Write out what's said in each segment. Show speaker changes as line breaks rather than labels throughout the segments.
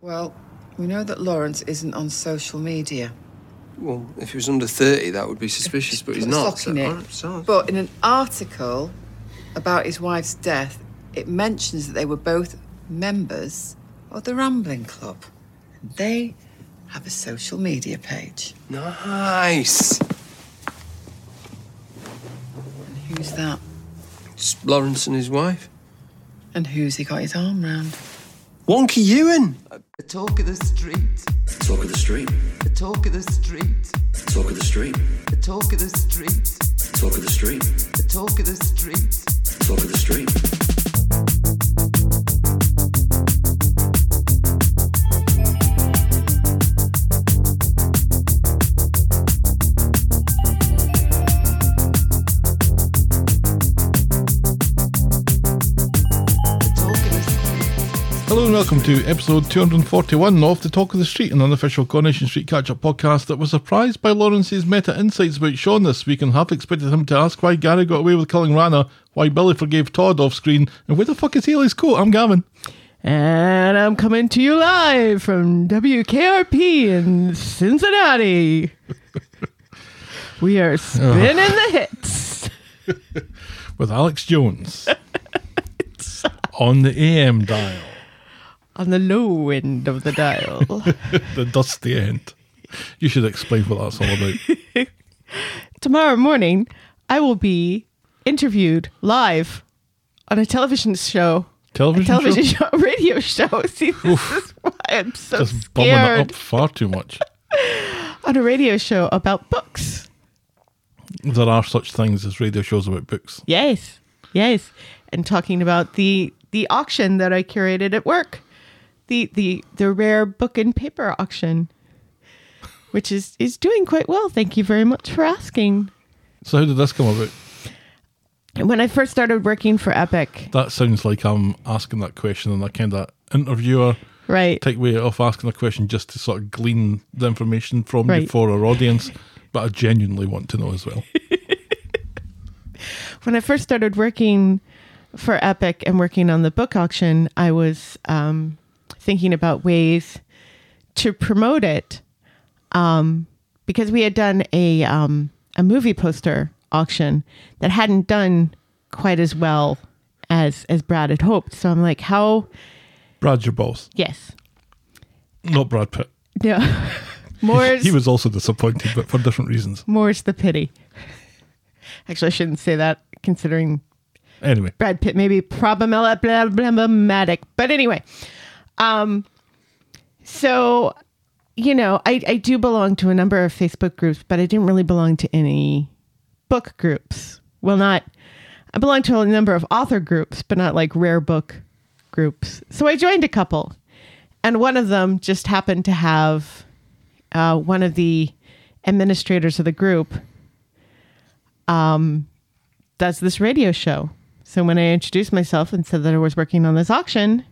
Well, we know that Lawrence isn't on social media,
Well, if he was under 30, that would be suspicious, but he's not. oh,
Fucking it.
I'm sorry.
but in an article about his wife's death, it mentions that they were both members of the Rambling Club. They have a social media page.
Nice.
And who's that?
It's Lawrence and his wife.
And who's he got his arm round?
Wonky Ewan.
The talk of the street.
Talk of the street.
The talk of the street.
Talk of the street.
The talk of the street.
Talk of the street.
The talk of the street.
Talk of the street.
The talk of the
Hello and welcome to episode 241 of The Talk of the Street, an unofficial Coronation Street catch up podcast that was surprised by Lawrence's meta insights about Sean this week and half expected him to ask why Gary got away with killing Rana, why Billy forgave Todd off screen, and where the fuck is Haley's coat? I'm Gavin.
And I'm coming to you live from WKRP in Cincinnati. we are spinning the hits.
With Alex Jones. on the AM dial,
On the low end of the dial.
the dusty end. You should explain what that's all about.
Tomorrow morning, I will be interviewed live on a television show.
Television,
a television
show?
show, radio show. See, this is why I'm so
Just bumming it up
scared.
far too much.
On a radio show about books.
There are such things as radio shows about books.
Yes, yes, and talking about the the auction that I curated at work, the the the rare book and paper auction, which is is doing quite well. Thank you very much for asking.
So how did this come about?
When I first started working for Epic,
That sounds like I'm asking that question and I kind of interviewer
right?
take way off asking a question just to sort of glean the information from you
Right.
for our audience, but I genuinely want to know as well.
when I first started working for Epic and working on the book auction, I was um, thinking about ways to promote it um, because we had done a um, a movie poster auction that hadn't done quite as well as as Brad had hoped. So I'm like, how?
Brad, your boss,
Yes,
not Brad Pitt.
no, more's
He was also disappointed, but for different reasons.
more's the pity. Actually, I shouldn't say that considering
Anyway,
Brad Pitt may be problemal- blah, blah, problematic. But anyway, um, so, you know, I, I do belong to a number of Facebook groups, but I didn't really belong to any book groups. Well, not, I belong to a number of author groups, but not like rare book groups. So I joined a couple, and one of them just happened to have uh, one of the administrators of the group does this radio show. So when I introduced myself and said that I was working on this auction,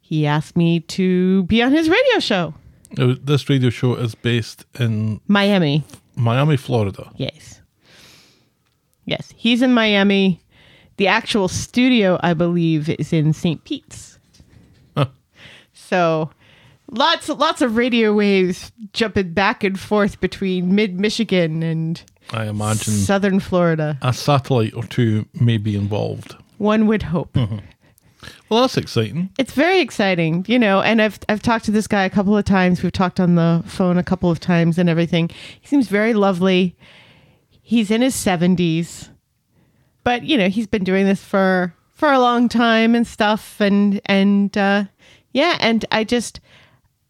he asked me to be on his radio show,
now, this radio show is based in
Miami.
Miami, Florida.
Yes. Yes, he's in Miami. The actual studio, I believe, is in St. Pete's.
Huh.
So lots lots of radio waves jumping back and forth between mid Michigan and
I imagine
southern Florida.
a satellite or two may be involved.
One would hope.
Well, that's exciting.
it's very exciting, you know. And I've I've talked to this guy a couple of times. We've talked on the phone a couple of times and everything. He seems very lovely. He's in his seventies, but you know he's been doing this for for a long time and stuff. And and uh, yeah, and I just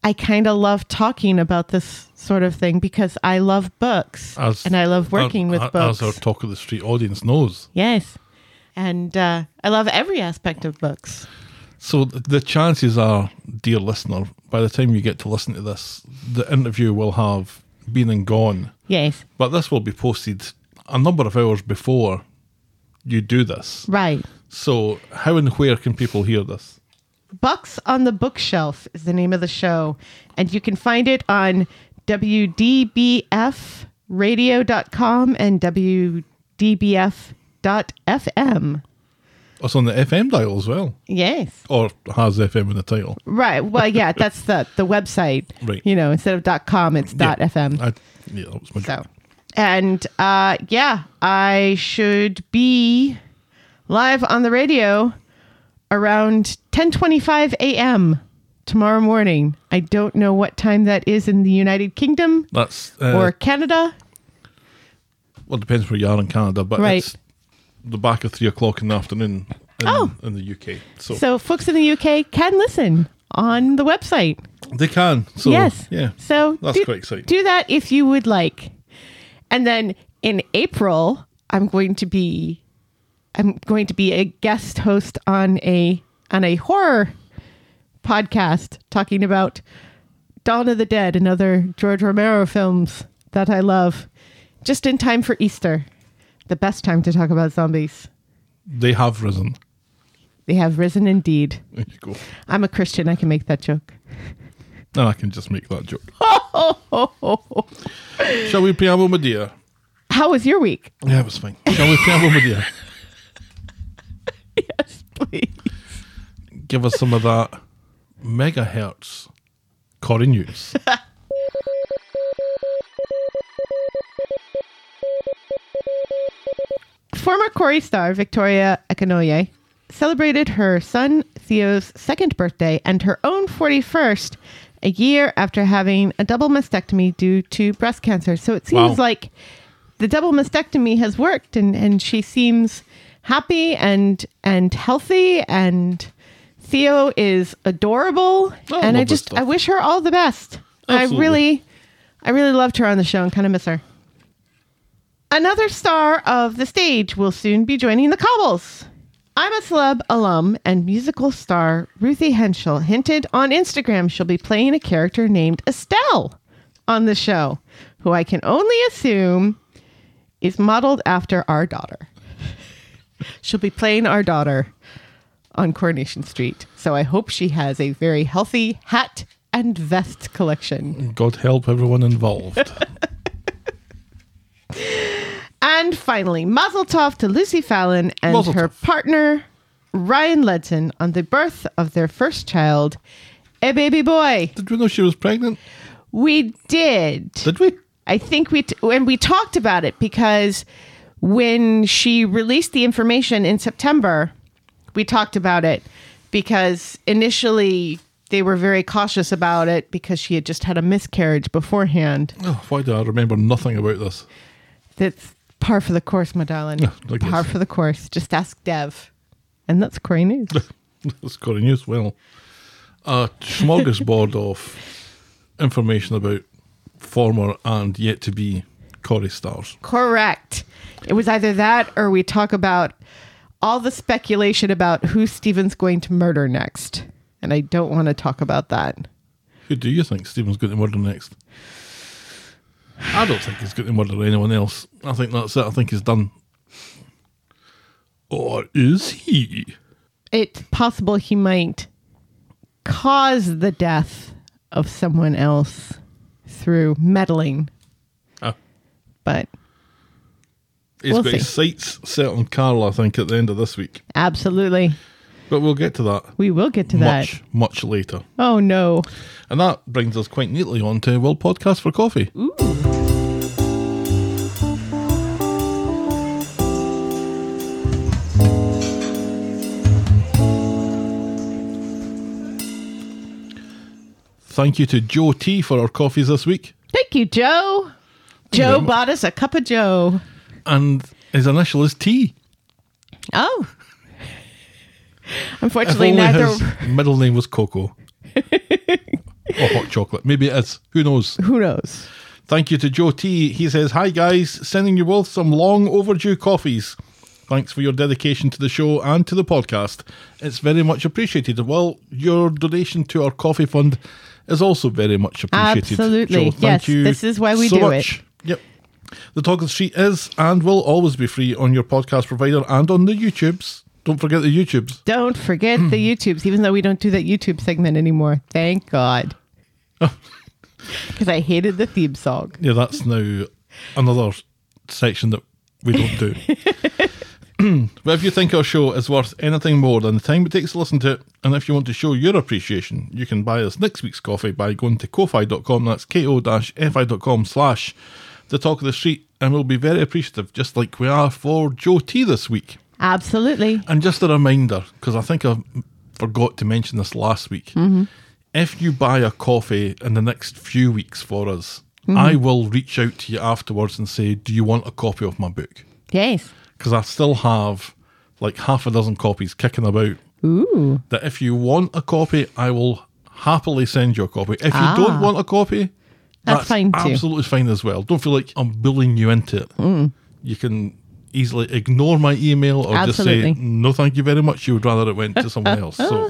I kind of love talking about this sort of thing because I love books and I love working
our-
with
our-
books.
As our Talk of the Street audience knows.
yes, and uh, I love every aspect of books.
So th- the chances are, dear listener, by the time you get to listen to this, the interview will have been and gone.
Yes,
But this will be posted a number of hours before you do this.
right.
So how and where can people hear this?
Bucks on the Bookshelf is the name of the show, and you can find it on wdbfradio.com and wdbf.fm.
It's on the FM dial as well,
Yes.
or has FM in the title.
Right. Well, yeah, that's the the website.
Right.
You know, instead of dot .com, it's dot
Yeah.
.fm.
I, yeah, that was my
So, and uh, yeah, I should be live on the radio around 10:25 a.m. tomorrow morning. I don't know what time that is in the United Kingdom
That's uh,
or Canada.
well, depends where you are in Canada, but
Right.
it's the back of three o'clock in the afternoon in,
Oh.
in the UK. So,
So, folks in the UK can listen on the website.
they can. So
yes.
yeah,
So
That's
do-
quite exciting.
Do that if you would like. And then in April, I'm going to be I'm going to be a guest host on a on a horror podcast talking about Dawn of the Dead and other George Romero films that I love. Just in time for Easter. The best time to talk about zombies.
they have risen.
They have risen indeed.
There you go.
I'm a Christian, I can make that joke.
And I can just make that joke. Shall we preamble, my dear?
How was your week?
Yeah, it was fine. Shall we preamble, my dear?
Please.
Give us some of that megahertz Cory news.
Former Corey star Victoria Ekinoye celebrated her son Theo's second birthday and her own 41st a year after having a double mastectomy due to breast cancer. So it seems
Wow.
like the double mastectomy has worked and, and she seems happy and and healthy and Theo is adorable
Oh,
and I
love this
just
stuff.
I wish her all the best.
Absolutely.
I really I really loved her on the show and kind of miss her. Another star of the stage will soon be joining the Cobbles. I'm a celeb alum and musical star Ruthie Henschel hinted on Instagram she'll be playing a character named Estelle on the show, who I can only assume is modeled after our daughter. she'll be playing our daughter on Coronation Street. So I hope she has a very healthy hat and vest collection.
God help everyone involved.
And finally, Mazel Tov to Lucy Fallon and
Mazel
her
tov.
partner, Ryan Ledson, on the birth of their first child, a baby boy.
Did we know she was pregnant?
We did.
Did we?
I think we, t- and we talked about it because when she released the information in September, we talked about it because initially they were very cautious about it because she had just had a miscarriage beforehand.
Oh, why do I remember nothing about this?
That's par for the course, my darling.
I guess.
par for the course. Just ask Dev. And that's Corey News.
That's Cory news. Well, a smorgasbord of information about former and yet to be Cory stars.
Correct. It was either that or we talk about all the speculation about who Steven's going to murder next. And I don't want to talk about that.
Who do you think Stephen's going to murder next? I don't think he's going to murder anyone else. I think that's it. I think he's done. Or is he?
It's possible he might cause the death of someone else through meddling.
Ah.
But
He's
We'll
got his sights set on Carl, I think, at the end of this week.
absolutely,
But we'll get to that
we will get to that.
much, much later.
Oh no.
And that brings us quite neatly on to World Podcast for Coffee. Thank you to Joe T for our coffees this week.
Thank you, Joe. Joe bought us a cup of Joe.
And his initial is T.
Oh.
If
Unfortunately,
only
neither.
his middle name was Coco. or hot chocolate. Maybe it is. Who knows?
Who knows?
Thank you to Joe T. He says, Hi guys, sending you both some long overdue coffees. Thanks for your dedication to the show and to the podcast. It's very much appreciated. Well, your donation to our coffee fund is also very much appreciated.
Absolutely.
Joe, thank
Yes,
you
this is why we
so
do
much. it. Yep. The Talk of the Street is and will always be free on your podcast provider and on the YouTubes. Don't forget the YouTubes.
Don't forget
Hmm.
the YouTubes, even though we don't do that YouTube segment anymore. Thank God.
Oh.
Because I hated the theme song.
Yeah, that's now another section that we don't do. But if you think our show is worth anything more than the time it takes to listen to it, and if you want to show your appreciation, you can buy us next week's coffee by going to ko-fi.com, that's ko-fi.com slash the talk of the street, and we'll be very appreciative, just like we are for Joe T this week.
Absolutely.
And just a reminder, because I think I forgot to mention this last week. If you buy a coffee in the next few weeks for us, I will reach out to you afterwards and say, Do you want a copy of my book?
Yes.
Because I still have like half a dozen copies kicking about.
Ooh.
That if you want a copy, I will happily send you a copy. If you don't want a copy,
Ah. That's fine too.
Absolutely fine as well. Don't feel like I'm bullying you into it.
Mm.
You can easily ignore my email or
Absolutely.
just say no, thank you very much. You would rather it went to someone else. So,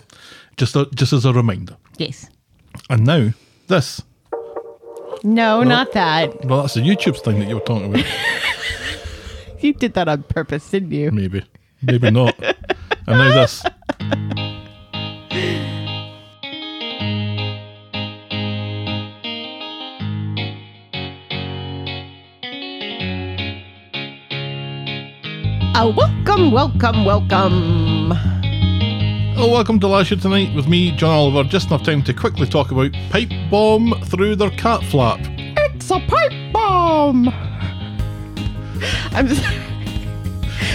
just a, just as a reminder.
Yes.
And now this.
No, not that.
Well, that's the YouTube's thing that you were talking about.
You did that on purpose, didn't you?
Maybe, maybe not. and now this.
Uh, welcome, welcome, welcome.
Hello, welcome to Last Year Tonight with me, John Oliver. Just enough time to quickly talk about pipe bomb through their cat flap.
It's a pipe bomb. I'm sorry.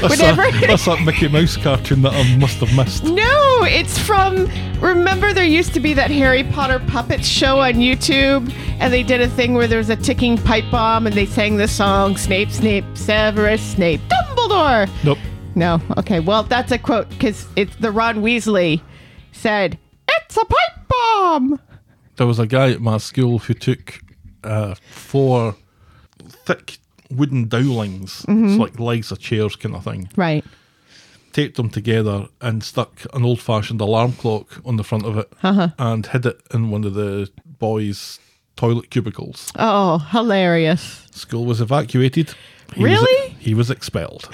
That's,
Whenever-
that, that's that Mickey Mouse cartoon that I must have missed.
No, it's from. Remember, there used to be that Harry Potter puppet show on YouTube, and they did a thing where there was a ticking pipe bomb, and they sang the song "Snape, Snape, Severus Snape, Dumbledore."
Nope.
No, okay. Well, that's a quote because it's the Ron Weasley said, "It's a pipe bomb."
There was a guy at my school who took uh, four thick wooden dowlings, it's like legs of chairs kind of thing,
Right.
taped them together and stuck an old fashioned alarm clock on the front of it and hid it in one of the boys' toilet cubicles.
Oh, hilarious.
School was evacuated. He was-
Really?
he was expelled.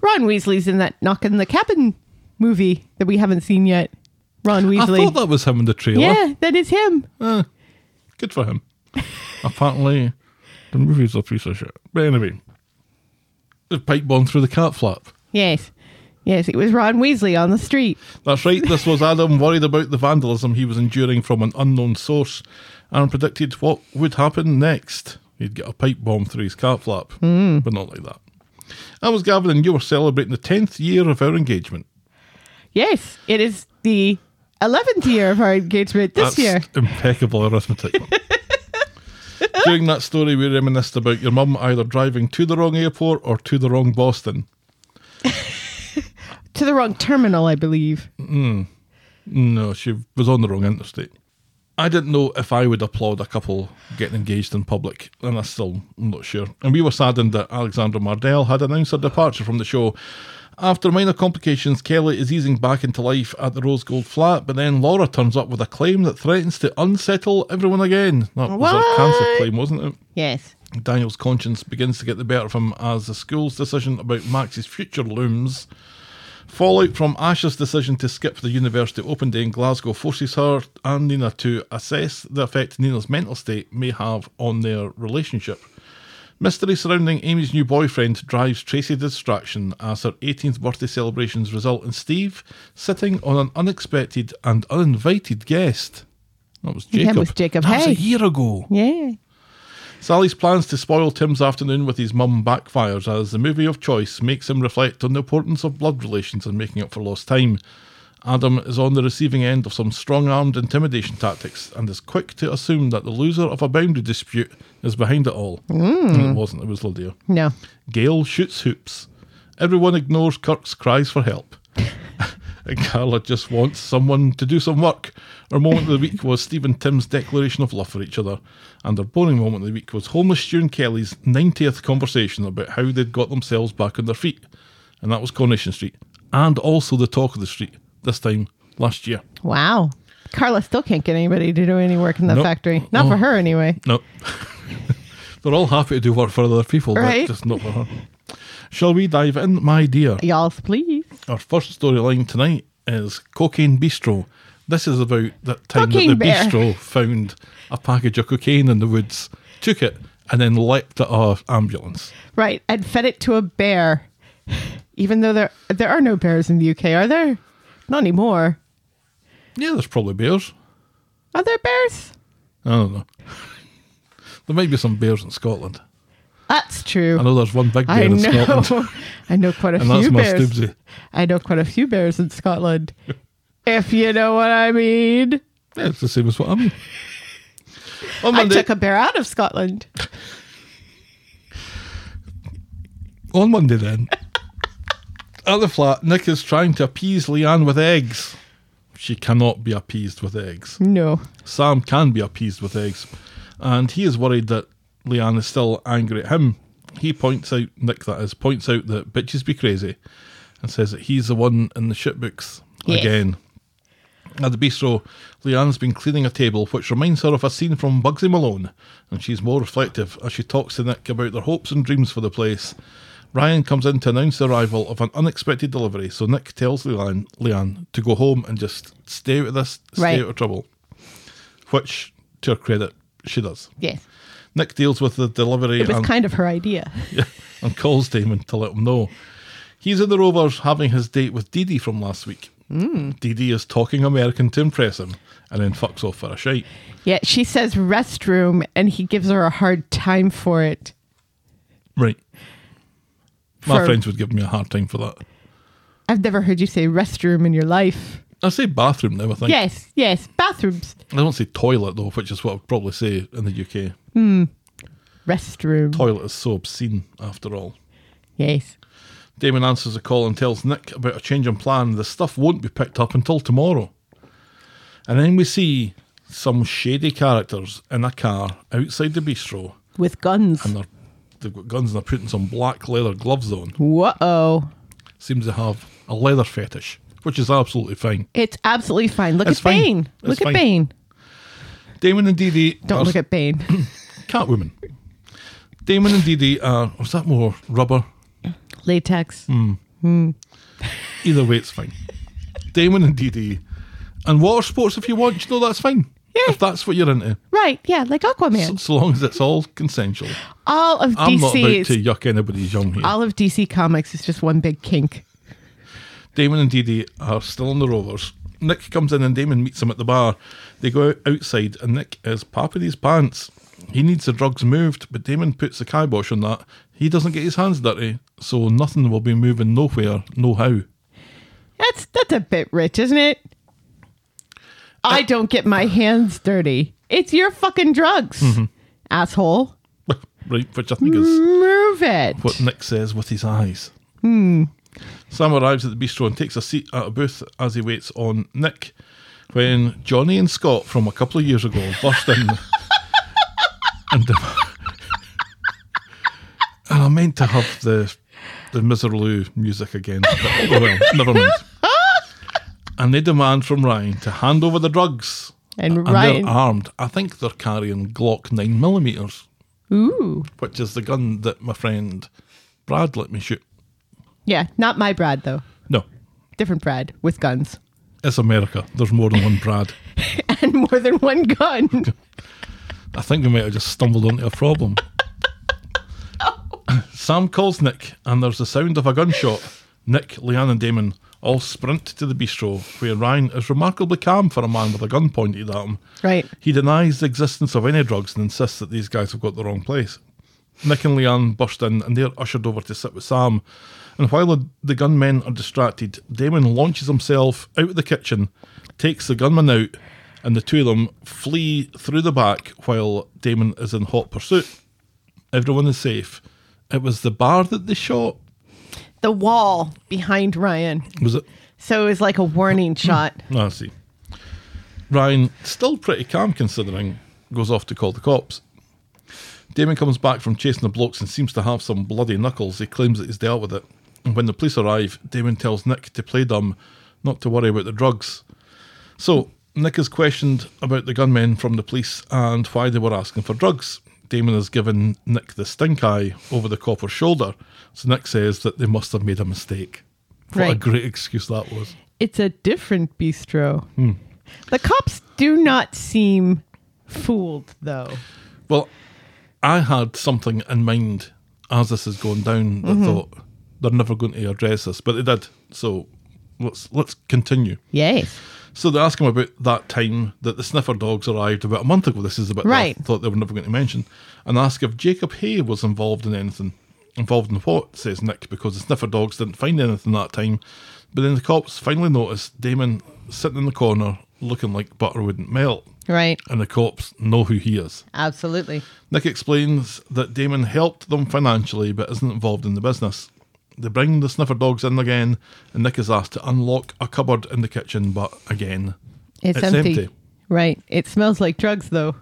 Ron Weasley's in that Knock in the Cabin movie that we haven't seen yet. Ron Weasley.
I thought that was him in the trailer.
yeah, that is him.
Good for him. Apparently, the movie's a piece of shit. But anyway, the pipe bomb through the cat flap.
Yes. Yes, it was Ron Weasley on the street.
That's right, this was Adam worried about the vandalism he was enduring from an unknown source and predicted what would happen next. He'd get a pipe bomb through his cat flap, but not like that. I was Gavin, and you were celebrating the 10th year of our engagement.
Yes, it is the 11th year of our engagement this
That's
year.
Impeccable arithmetic. During that story, we reminisced about your mum either driving to the wrong airport or to the wrong Boston.
To the wrong terminal, I believe.
No, she was on the wrong interstate. I didn't know if I would applaud a couple getting engaged in public, and I still am not sure. And we were saddened that Alexandra Mardell had announced her departure from the show. After minor complications, Kelly is easing back into life at the Rose Gold flat, but then Laura turns up with a claim that threatens to unsettle everyone again. That was her cancer
What?
claim, wasn't it?
Yes.
Daniel's conscience begins to get the better of him as the school's decision about Max's future looms. Fallout from Ash's decision to skip the university open day in Glasgow forces her and Nina to assess the effect Nina's mental state may have on their relationship. Mystery surrounding Amy's new boyfriend drives Tracy distraction as her 18th birthday celebrations result in Steve sitting on an unexpected and uninvited guest. That was
Yeah,
Jacob.
it was Jacob.
That was
Hey.
a year ago.
Yeah.
Sally's plans to spoil Tim's afternoon with his mum backfires as the movie of choice makes him reflect on the importance of blood relations and making up for lost time. Adam is on the receiving end of some strong armed intimidation tactics and is quick to assume that the loser of a boundary dispute is behind it all. And it wasn't, it was Lydia.
No.
Gail shoots hoops. Everyone ignores Kirk's cries for help. and Carla just wants someone to do some work. Her moment of the week was Steve and Tim's declaration of love for each other. And her boring moment of the week was homeless Stu and Kelly's 90th conversation about how they'd got themselves back on their feet. And that was Coronation Street. And also the talk of the street, this time last year.
Wow. Carla still can't get anybody to do any work in that
Nope.
factory. Not for
Oh.
her, anyway.
No. They're all happy to do work for other people,
Right.
but just not for her. Shall we dive in, my dear?
Y'all, please.
Our first storyline tonight is Cocaine Bistro. This is about that time
Cocaine
that the
bear.
bistro found a package of cocaine in the woods, took it, and then leapt at our ambulance.
Right. And fed it to a bear Even though there there are no bears in the UK, are there? Not anymore.
Yeah, there's probably bears.
Are there bears?
I don't know. There might be some bears in Scotland.
That's true.
I know there's one big bear
I
in
know.
Scotland,
I know quite a
and that's
few
my
bears.
Stoobsy.
I know quite a few bears in Scotland. if you know what I mean.
Yeah, it's the same as what I mean. On
I
Monday,
took a bear out of Scotland.
on Monday then, at the flat, Nick is trying to appease Leanne with eggs. She cannot be appeased with eggs.
No.
Sam can be appeased with eggs, and he is worried that Leanne is still angry at him. He points out, Nick that is, points out that bitches be crazy and says that he's the one in the shit books
Yes.
again. At the bistro, Leanne's been cleaning a table, which reminds her of a scene from Bugsy Malone, and she's more reflective as she talks to Nick about their hopes and dreams for the place. Ryan comes in to announce the arrival of an unexpected delivery, so Nick tells Leanne, Leanne to go home and just stay out of this, stay
Right.
out of trouble which, to her credit, she does.
Yes.
Nick deals with the delivery
It was
and,
kind of her idea.
and calls Damon to let him know. He's in the Rovers having his date with Dee Dee from last week. Mm. Dee Dee is talking American to impress him and then fucks off for a shite.
Yeah, she says restroom and he gives her a hard time for it.
Right. My
For-
friends would give me a hard time for that.
I've never heard you say restroom in your life.
I say bathroom now, I think.
Yes, yes. Bathrooms.
I don't say toilet though, which is what I'd probably say in the UK.
Restroom.
Toilet is so obscene after all.
Yes.
Damon answers a call and tells Nick about a change in plan. The stuff won't be picked up until tomorrow. And then we see some shady characters in a car outside the bistro,
With guns.
and they're, they've got guns and they're putting some black leather gloves on.
Whoa.
Seems to have a leather fetish, which is absolutely fine.
It's absolutely fine. Look
It's
at
fine.
Bane.
It's
Look
fine.
at Bane.
Damon and Dee Dee
Don't
are
look at Bane.
Catwoman. Damon and Dee Dee are. Was that more rubber?
Latex.
Hmm. Either way, it's fine. Damon and Dee Dee. And water sports if you want, you know, that's fine.
Yeah.
If that's what you're into.
Right. Yeah. Like
so,
Aquaman.
so long as it's all consensual.
All of
I'm not about to
DC's.
yuck anybody's yum here.
All of DC Comics is just one big kink.
Damon and Dee Dee are still on the rovers. Nick comes in and Damon meets him at the bar. They go out outside and Nick is popping his pants. He needs the drugs moved, but Damon puts the kibosh on that. He doesn't get his hands dirty, so nothing will be moving nowhere, no how.
That's that's a bit rich, isn't it?
Uh,
I don't get my hands dirty. It's your fucking drugs,
Mm-hmm.
asshole.
right, which I think is
Move it.
what Nick says with his eyes. Hmm. Sam arrives at the bistro and takes a seat at a booth as he waits on Nick when Johnny and Scott from a couple of years ago burst in. and, dem- and I meant to have the the Miserloo music again, but oh well, never mind. And they demand from Ryan to hand over the drugs.
And
and
Ryan-
they're armed. I think they're carrying Glock 9 millimeters
Ooh.
which is the gun that my friend Brad let me shoot.
Yeah, not my Brad though.
No,
Different Brad with guns
it's America. There's more than one Brad.
and more than one gun.
I think we might have just stumbled onto a problem. Sam calls Nick, and there's the sound of a gunshot. Nick, Leanne, and Damon all sprint to the bistro, where Ryan is remarkably calm for a man with a gun pointed at him.
Right.
He denies the existence of any drugs and insists that these guys have got the wrong place. Nick and Leanne burst in and they're ushered over to sit with Sam. And while the- the gunmen are distracted, Damon launches himself out of the kitchen, takes the gunman out, and the two of them flee through the back while Damon is in hot pursuit. Everyone is safe. It was the bar that they shot,
The wall behind Ryan.
was it?
So it was like a warning shot.
I see. Ryan, still pretty calm considering, goes off to call the cops. Damon comes back from chasing the blokes and seems to have some bloody knuckles. He claims that he's dealt with it. And when the police arrive, Damon tells Nick to play dumb, not to worry about the drugs. So, Nick is questioned about the gunmen from the police and why they were asking for drugs. Damon has given Nick the stink eye over the copper's shoulder, so Nick says that they must have made a mistake. What a
Right.
great excuse that was.
It's a different bistro.
Hmm.
The cops do not seem fooled though.
Well, I had something in mind as this is going down that thought They're never going to address this, but they did. So let's let's continue.
Yes.
So they ask him about that time that the sniffer dogs arrived about a month ago. This is the bit that
Right.
I thought they were never going to mention. And ask if Jacob Hay was involved in anything. Involved in what, says Nick, because the sniffer dogs didn't find anything that time. But then the cops finally noticed Damon sitting in the corner looking like butter wouldn't melt.
Right.
And the cops know who he is.
Absolutely.
Nick explains that Damon helped them financially but isn't involved in the business. They bring the sniffer dogs in again, and Nick is asked to unlock a cupboard in the kitchen, but again,
It's,
It's
empty.
empty.
Right. It smells like drugs though.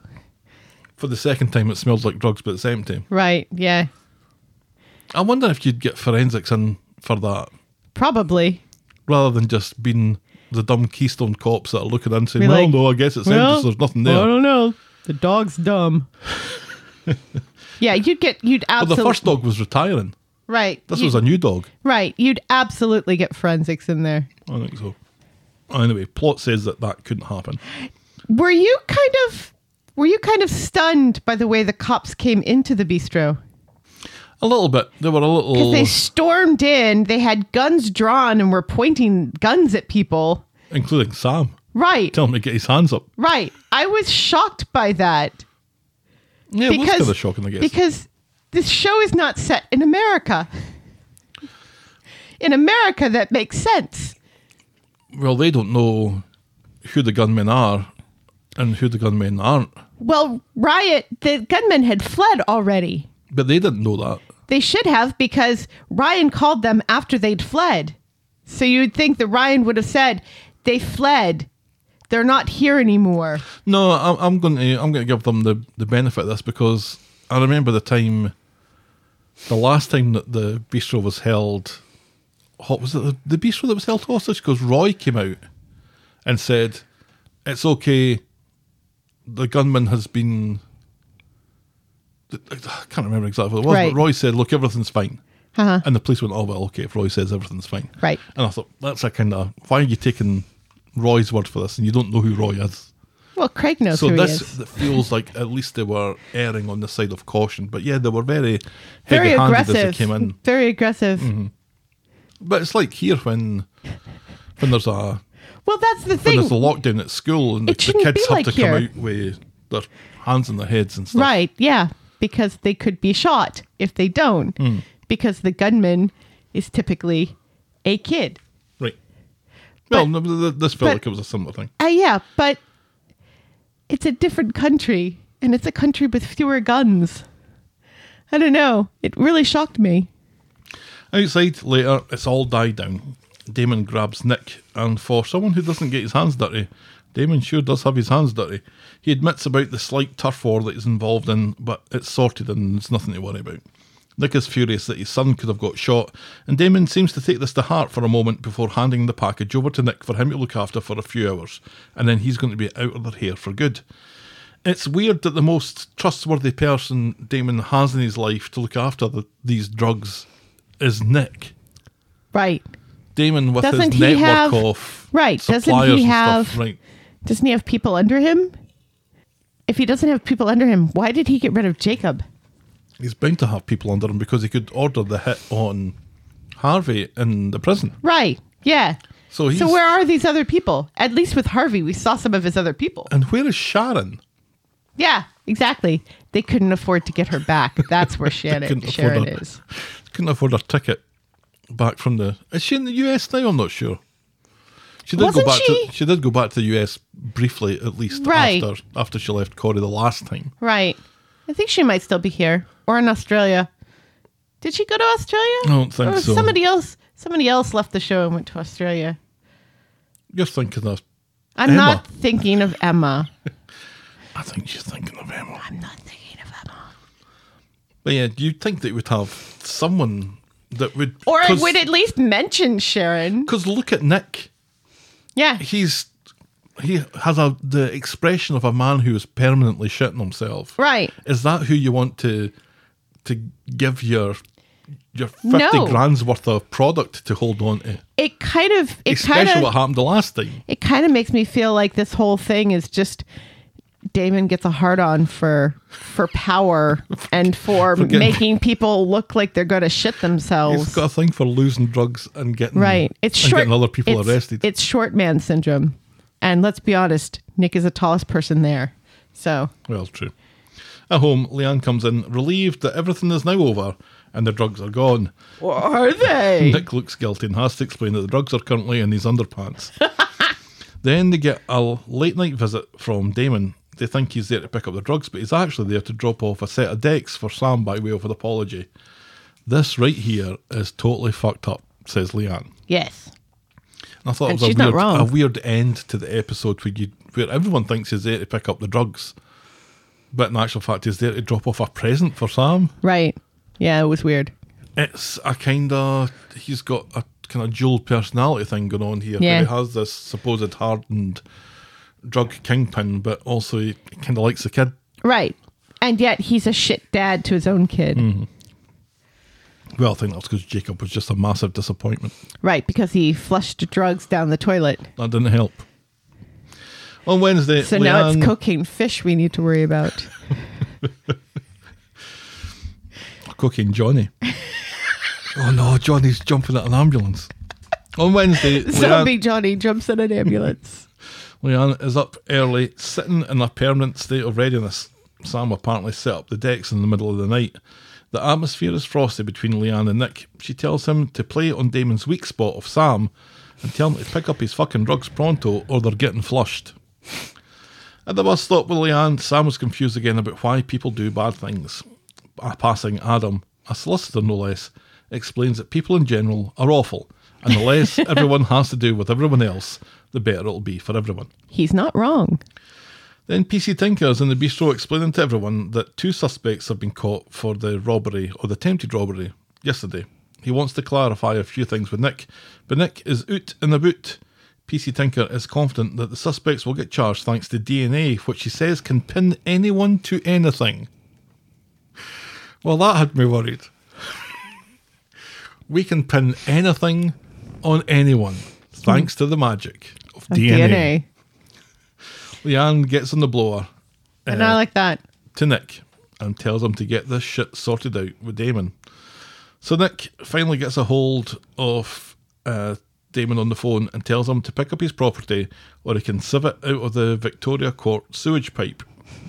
for the second time, it smells like drugs, but it's empty.
Right. Yeah.
I wonder if you'd get forensics in for that
Probably.
rather than just being the dumb Keystone cops that are looking in and saying,
Be
Well,
like,
no, I guess it's empty, so there's nothing
I
there.
don't know. The dog's dumb. yeah, you'd get you'd
But the
absolutely
first dog was retiring.
right.
This
you-
was a new dog.
right. You'd absolutely get forensics in there.
I think so. Anyway, plot says that that couldn't happen.
Were you kind of were you kind of stunned by the way the cops came into the bistro?
A little bit. They were a little.
Because they stormed in, they had guns drawn and were pointing guns at people.
including Sam.
Right.
Tell him to get his hands up.
Right. I was shocked by that.
Yeah, it was kind of shocking, I guess.
Because this show is not set in America. In America, that makes sense.
well, they don't know who the gunmen are and who the gunmen aren't,
Well, Riot, the gunmen had fled already.
but they didn't know that.
They should have because Ryan called them after they'd fled. So you'd think that Ryan would have said, they fled. They're not here anymore.
No, I'm, I'm going to I'm going to give them the the benefit of this because I remember the time, the last time that the bistro was held. What was it? The, the bistro that was held hostage because Roy came out and said, "It's okay. The gunman has been." I can't remember exactly what it was,
Right.
but Roy said, "Look, everything's fine."
Uh-huh.
And the police went, "Oh well, okay. If Roy says everything's fine,
Right.
And I thought that's a kind of why are you taking Roy's word for this, and you don't know who Roy is.
Well, Craig knows
So
who
this
he is.
that feels like at least they were erring on the side of caution, but yeah, they were very
Very
heavy-handed as they
aggressive.
came in. Mm-hmm.
Very aggressive.
But it's like here when when there's a
Well, that's the
when
thing.
there's a lockdown at school and the,
It
the
shouldn't
kids
be
have
like
to
here.
come out with their hands on their heads and stuff.
Right, yeah, because they could be shot if they don't,
Mm.
because the gunman is typically a kid.
Right. Well, no,
But-
th- th- this felt
but-
like it was a similar thing.
Uh, yeah, but it's a different country, and it's a country with fewer guns. I don't know. It really shocked me.
Outside later, it's all died down. Damon grabs Nick, and for someone who doesn't get his hands dirty, Damon sure does have his hands dirty. He admits about the slight turf war that he's involved in, but it's sorted and there's nothing to worry about. Nick is furious that his son could have got shot, and Damon seems to take this to heart for a moment before handing the package over to Nick for him to look after for a few hours, and then he's going to be out of their hair for good. It's weird that the most trustworthy person Damon has in his life to look after the, these drugs is Nick.
Right?
Damon with
Doesn't
his
he
network
have-
of
right, doesn't
suppliers
he
and
have-
stuff, right?
Doesn't he have people under him? If he doesn't have people under him, why did he get rid of Jacob?
He's bound to have people under him because he could order the hit on Harvey in the prison.
Right? Yeah.
So he's
So where are these other people? At least with Harvey, we saw some of his other people.
and where is Sharon?
Yeah, exactly. They couldn't afford to get her back. That's where Shannon
couldn't afford
Sharon
her.
is.
Couldn't afford her ticket back from the. Is she in the US now? I'm not sure. She did
Wasn't
go back
she?
to she did go back to the US briefly at least
Right.
after after she left Corey the last time.
Right. I think she might still be here or in Australia. Did she go to Australia?
I don't think
or
so.
Somebody else. Somebody else left the show and went to Australia.
You're thinking of
I'm
Emma.
not thinking of Emma.
I think you're thinking of Emma.
I'm not thinking of Emma.
But yeah, you'd think they would have someone that would
Or I
cause-
would at least mention Sharon.
Because look at Nick.
Yeah.
He's he has a the expression of a man who is permanently shitting himself.
Right.
Is that who you want to to give your your fifty
No.
grand's worth of product to hold on to?
It kind of it
Especially
kind of
what happened the last time.
it kind of makes me feel like this whole thing is just Damon gets a hard on for for power and for
getting-
making people look like they're going to shit
He's
themselves.
got a thing for losing drugs and getting
Right. It's
and
short.
Mm. getting other people
it's-
arrested.
It's short man syndrome. And let's be honest, Nick is the tallest person there. So
well, true. At home, Leanne comes in relieved that everything is now over and the drugs are gone.
what are they?
Nick looks guilty and has to explain that the drugs are currently in his underpants. then they get a late night visit from Damon. They think he's there to pick up the drugs, but he's actually there to drop off a set of decks for Sam by way of an apology. This right here is totally fucked up, says Leanne.
Yes.
And I thought
And
it was
she's
a
not
weird,
wrong.
a weird end to the episode where you where everyone thinks he's there to pick up the drugs, but in actual fact he's there to drop off a present for Sam.
Right. Yeah, it was weird.
It's a kind of he's got a kind of dual personality thing going on here.
Yeah.
Where he has this supposed hardened drug kingpin, but also he kind of likes the kid.
Right. And yet he's a shit dad to his own kid.
Mm. Well, I think that's because Jacob was just a massive disappointment.
Right, because he flushed drugs down the toilet.
That didn't help. On Wednesday,
So now it's
Leanne-
cocaine fish we need to worry about.
Cooking Johnny. oh no, Johnny's jumping at an ambulance. On Wednesday,
Zombie
Leanne,
Johnny jumps in an ambulance.
Leanne is up early, sitting in a permanent state of readiness. Sam apparently set up the decks in the middle of the night. The atmosphere is frosty between Leanne and Nick. She tells him to play on Damon's weak spot of Sam and tell him to pick up his fucking drugs pronto or they're getting flushed. At the bus stop with Leanne, Sam was confused again about why people do bad things. A passing Adam, a solicitor no less, explains that people in general are awful, and the less everyone has to do with everyone else, the better it'll be for everyone.
He's not wrong.
Then PC Tinkers in the bistro explaining to everyone that two suspects have been caught for the robbery or the attempted robbery yesterday. He wants to clarify a few things with Nick, but Nick is out in the boot. PC Tinker is confident that the suspects will get charged thanks to DNA, which he says can pin anyone to anything. Well, that had me worried. we can pin anything on anyone thanks to the magic of
Of
DNA.
DNA.
Leanne gets on the blower
And
Uh,
I like that.
to Nick and tells him to get this shit sorted out with Damon. So Nick finally gets a hold of uh, Damon on the phone and tells him to pick up his property or he can sieve it out of the Victoria Court sewage pipe.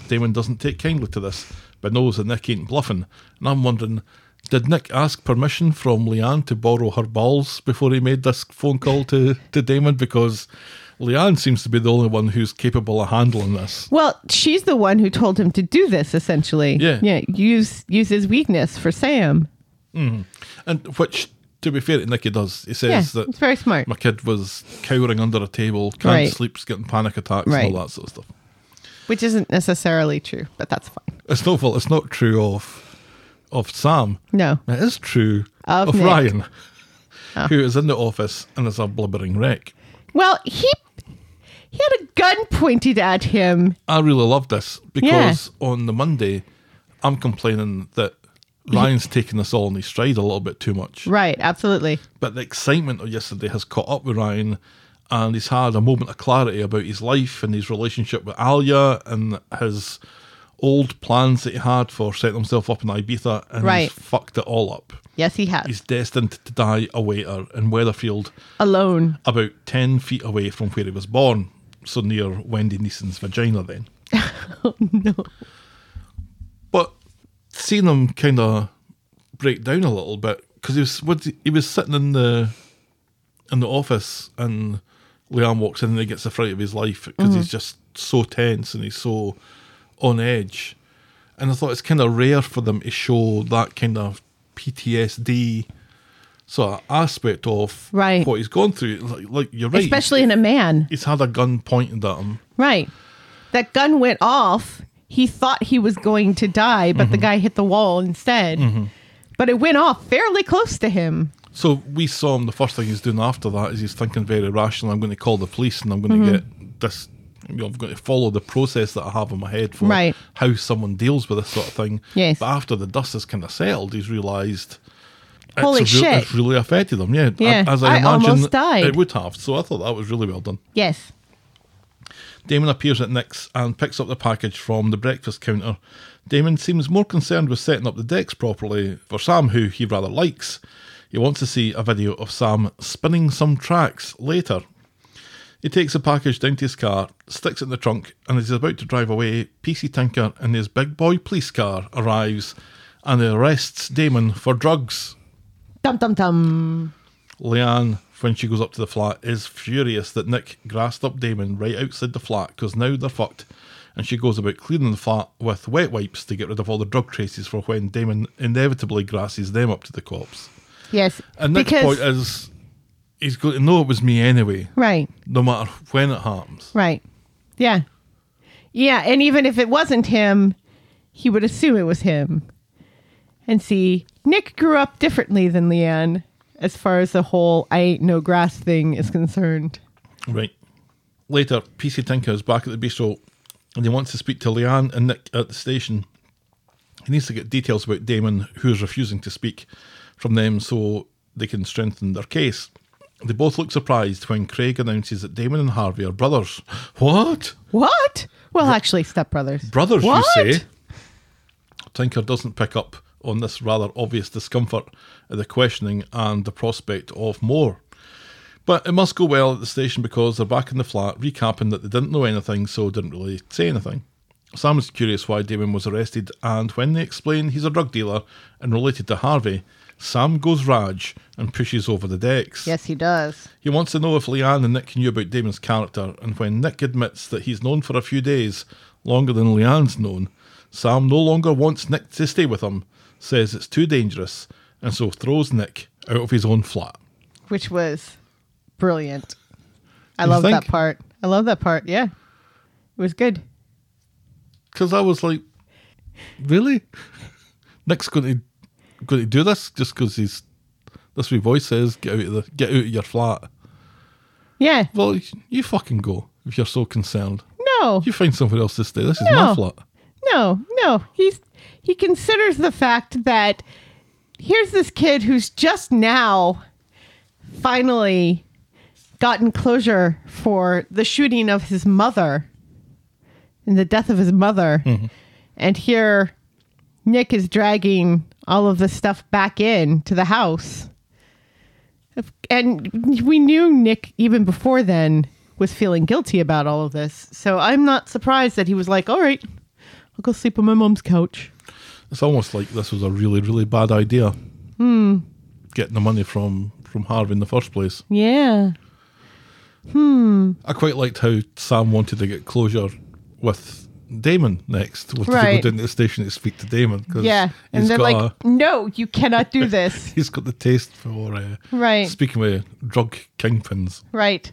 Damon doesn't take kindly to this, but knows that Nick ain't bluffing. And I'm wondering, did Nick ask permission from Leanne to borrow her balls before he made this phone call to, to Damon? Because Leanne seems to be the only one who's capable of handling this.
Well, she's the one who told him to do this essentially.
Yeah.
Yeah. Use use his weakness for Sam.
And which, to be fair, to Nicky does. He
Yeah.
says
it's
that
very smart.
my kid was cowering under a table, can't
Right.
sleep, is getting panic attacks,
Right.
and all that sort of stuff.
Which isn't necessarily true, but that's fine.
It's not well, it's not true of of Sam.
No.
It is true
Of
of,
Nick. Oh.
Ryan, who is in the office and is a blubbering wreck.
Well, he he had a gun pointed at him.
I really love this because on the Monday, I'm complaining that Ryan's taking this all in his stride a little bit too much.
Right, absolutely.
but the excitement of yesterday has caught up with Ryan, and he's had a moment of clarity about his life and his relationship with Alia and his old plans that he had for setting himself up in Ibiza, and he's
Right.
fucked it all up.
Yes, he has.
He's destined to die a waiter in Weatherfield,
Alone.
about 10 feet away from where he was born, so near Wendy Neeson's vagina then. oh, no. But seeing him kind of break down a little bit, because he was, what, he was sitting in the in the office and Liam walks in and he gets the fright of his life because
Mm-hmm.
he's just so tense and he's so on edge. And I thought it's kind of rare for them to show that kind of PTSD sort of aspect of
Right.
what he's gone through. Like, like you're right.
Especially in a man.
he's had a gun pointed at him.
Right. That gun went off. He thought he was going to die, but
Mm-hmm.
the guy hit the wall instead. But it went off fairly close to him.
So we saw him. The first thing he's doing after that is he's thinking very rational. I'm going to call the police and I'm going
Mm-hmm.
to get this. You know, I'm going to follow the process that I have in my head for
Right.
how someone deals with this sort of thing.
Yes.
But after the dust has kind of settled, he's realised. it's
Holy
re-
shit.
It's really affected him. Yeah.
Yeah,
As I,
I
imagine,
almost died.
it would have. So I thought that was really well done.
Yes.
Damon appears at Nick's and picks up the package from the breakfast counter. Damon seems more concerned with setting up the decks properly for Sam, who he rather likes. He wants to see a video of Sam spinning some tracks later. He takes the package down to his car, sticks it in the trunk, and as he's about to drive away, PC Tinker in his big boy police car arrives and arrests Damon for drugs.
Dum dum dum.
Leanne, when she goes up to the flat, is furious that Nick grassed up Damon right outside the flat because now they're fucked. And she goes about cleaning the flat with wet wipes to get rid of all the drug traces for when Damon inevitably grasses them up to the cops.
Yes.
And Nick's point uh, is, he's going to know it was me anyway,
right,
no matter when it happens.
right. Yeah. Yeah, and even if it wasn't him, he would assume it was him. And see, Nick grew up differently than Leanne as far as the whole I ain't no grass thing is concerned.
Right. Later, PC Tinker is back at the bistro and he wants to speak to Leanne and Nick at the station. He needs to get details about Damon, who is refusing to speak from them so they can strengthen their case. They both look surprised when Craig announces that Damon and Harvey are brothers. What?
What? Well, actually, stepbrothers.
Brothers,
What?
you say? Tinker doesn't pick up on this rather obvious discomfort at the questioning and the prospect of more. But it must go well at the station because they're back in the flat, recapping that they didn't know anything, so didn't really say anything. Sam is curious why Damon was arrested, and when they explain he's a drug dealer and related to Harvey, Sam goes Raj and pushes over the decks.
Yes, he does.
He wants to know if Leanne and Nick knew about Damon's character, and when Nick admits that he's known for a few days, longer than Leanne's known, Sam no longer wants Nick to stay with him, says it's too dangerous, and so throws Nick out of his own flat.
which was brilliant. I
You
love that
think?
part. I love that part. Yeah. It was good.
Because I was like, really? Nick's going to going to do this just because he's this wee voice says get out of the get out of your flat.
Yeah.
Well, you fucking go if you're so concerned.
No.
You find somewhere else to stay. This is my
No.
flat.
No. No. He's he considers the fact that here's this kid who's just now finally gotten closure for the shooting of his mother and the death of his mother. And here Nick is dragging all of the stuff back in to the house. If- And we knew Nick even before then was feeling guilty about all of this. So I'm not surprised that he was like, all right, I'll go sleep on my mom's couch.
It's almost like this was a really, really bad idea. Hmm. Getting the money from from Harvey in the first place.
Yeah.
I quite liked how Sam wanted to get closure with Damon next. Wanted to
Right.
go down to the station to speak to Damon because
Yeah. And
he's
they're
got
like,
a-
no, you cannot do this.
he's got the taste for uh,
Right.
speaking with drug kingpins.
right.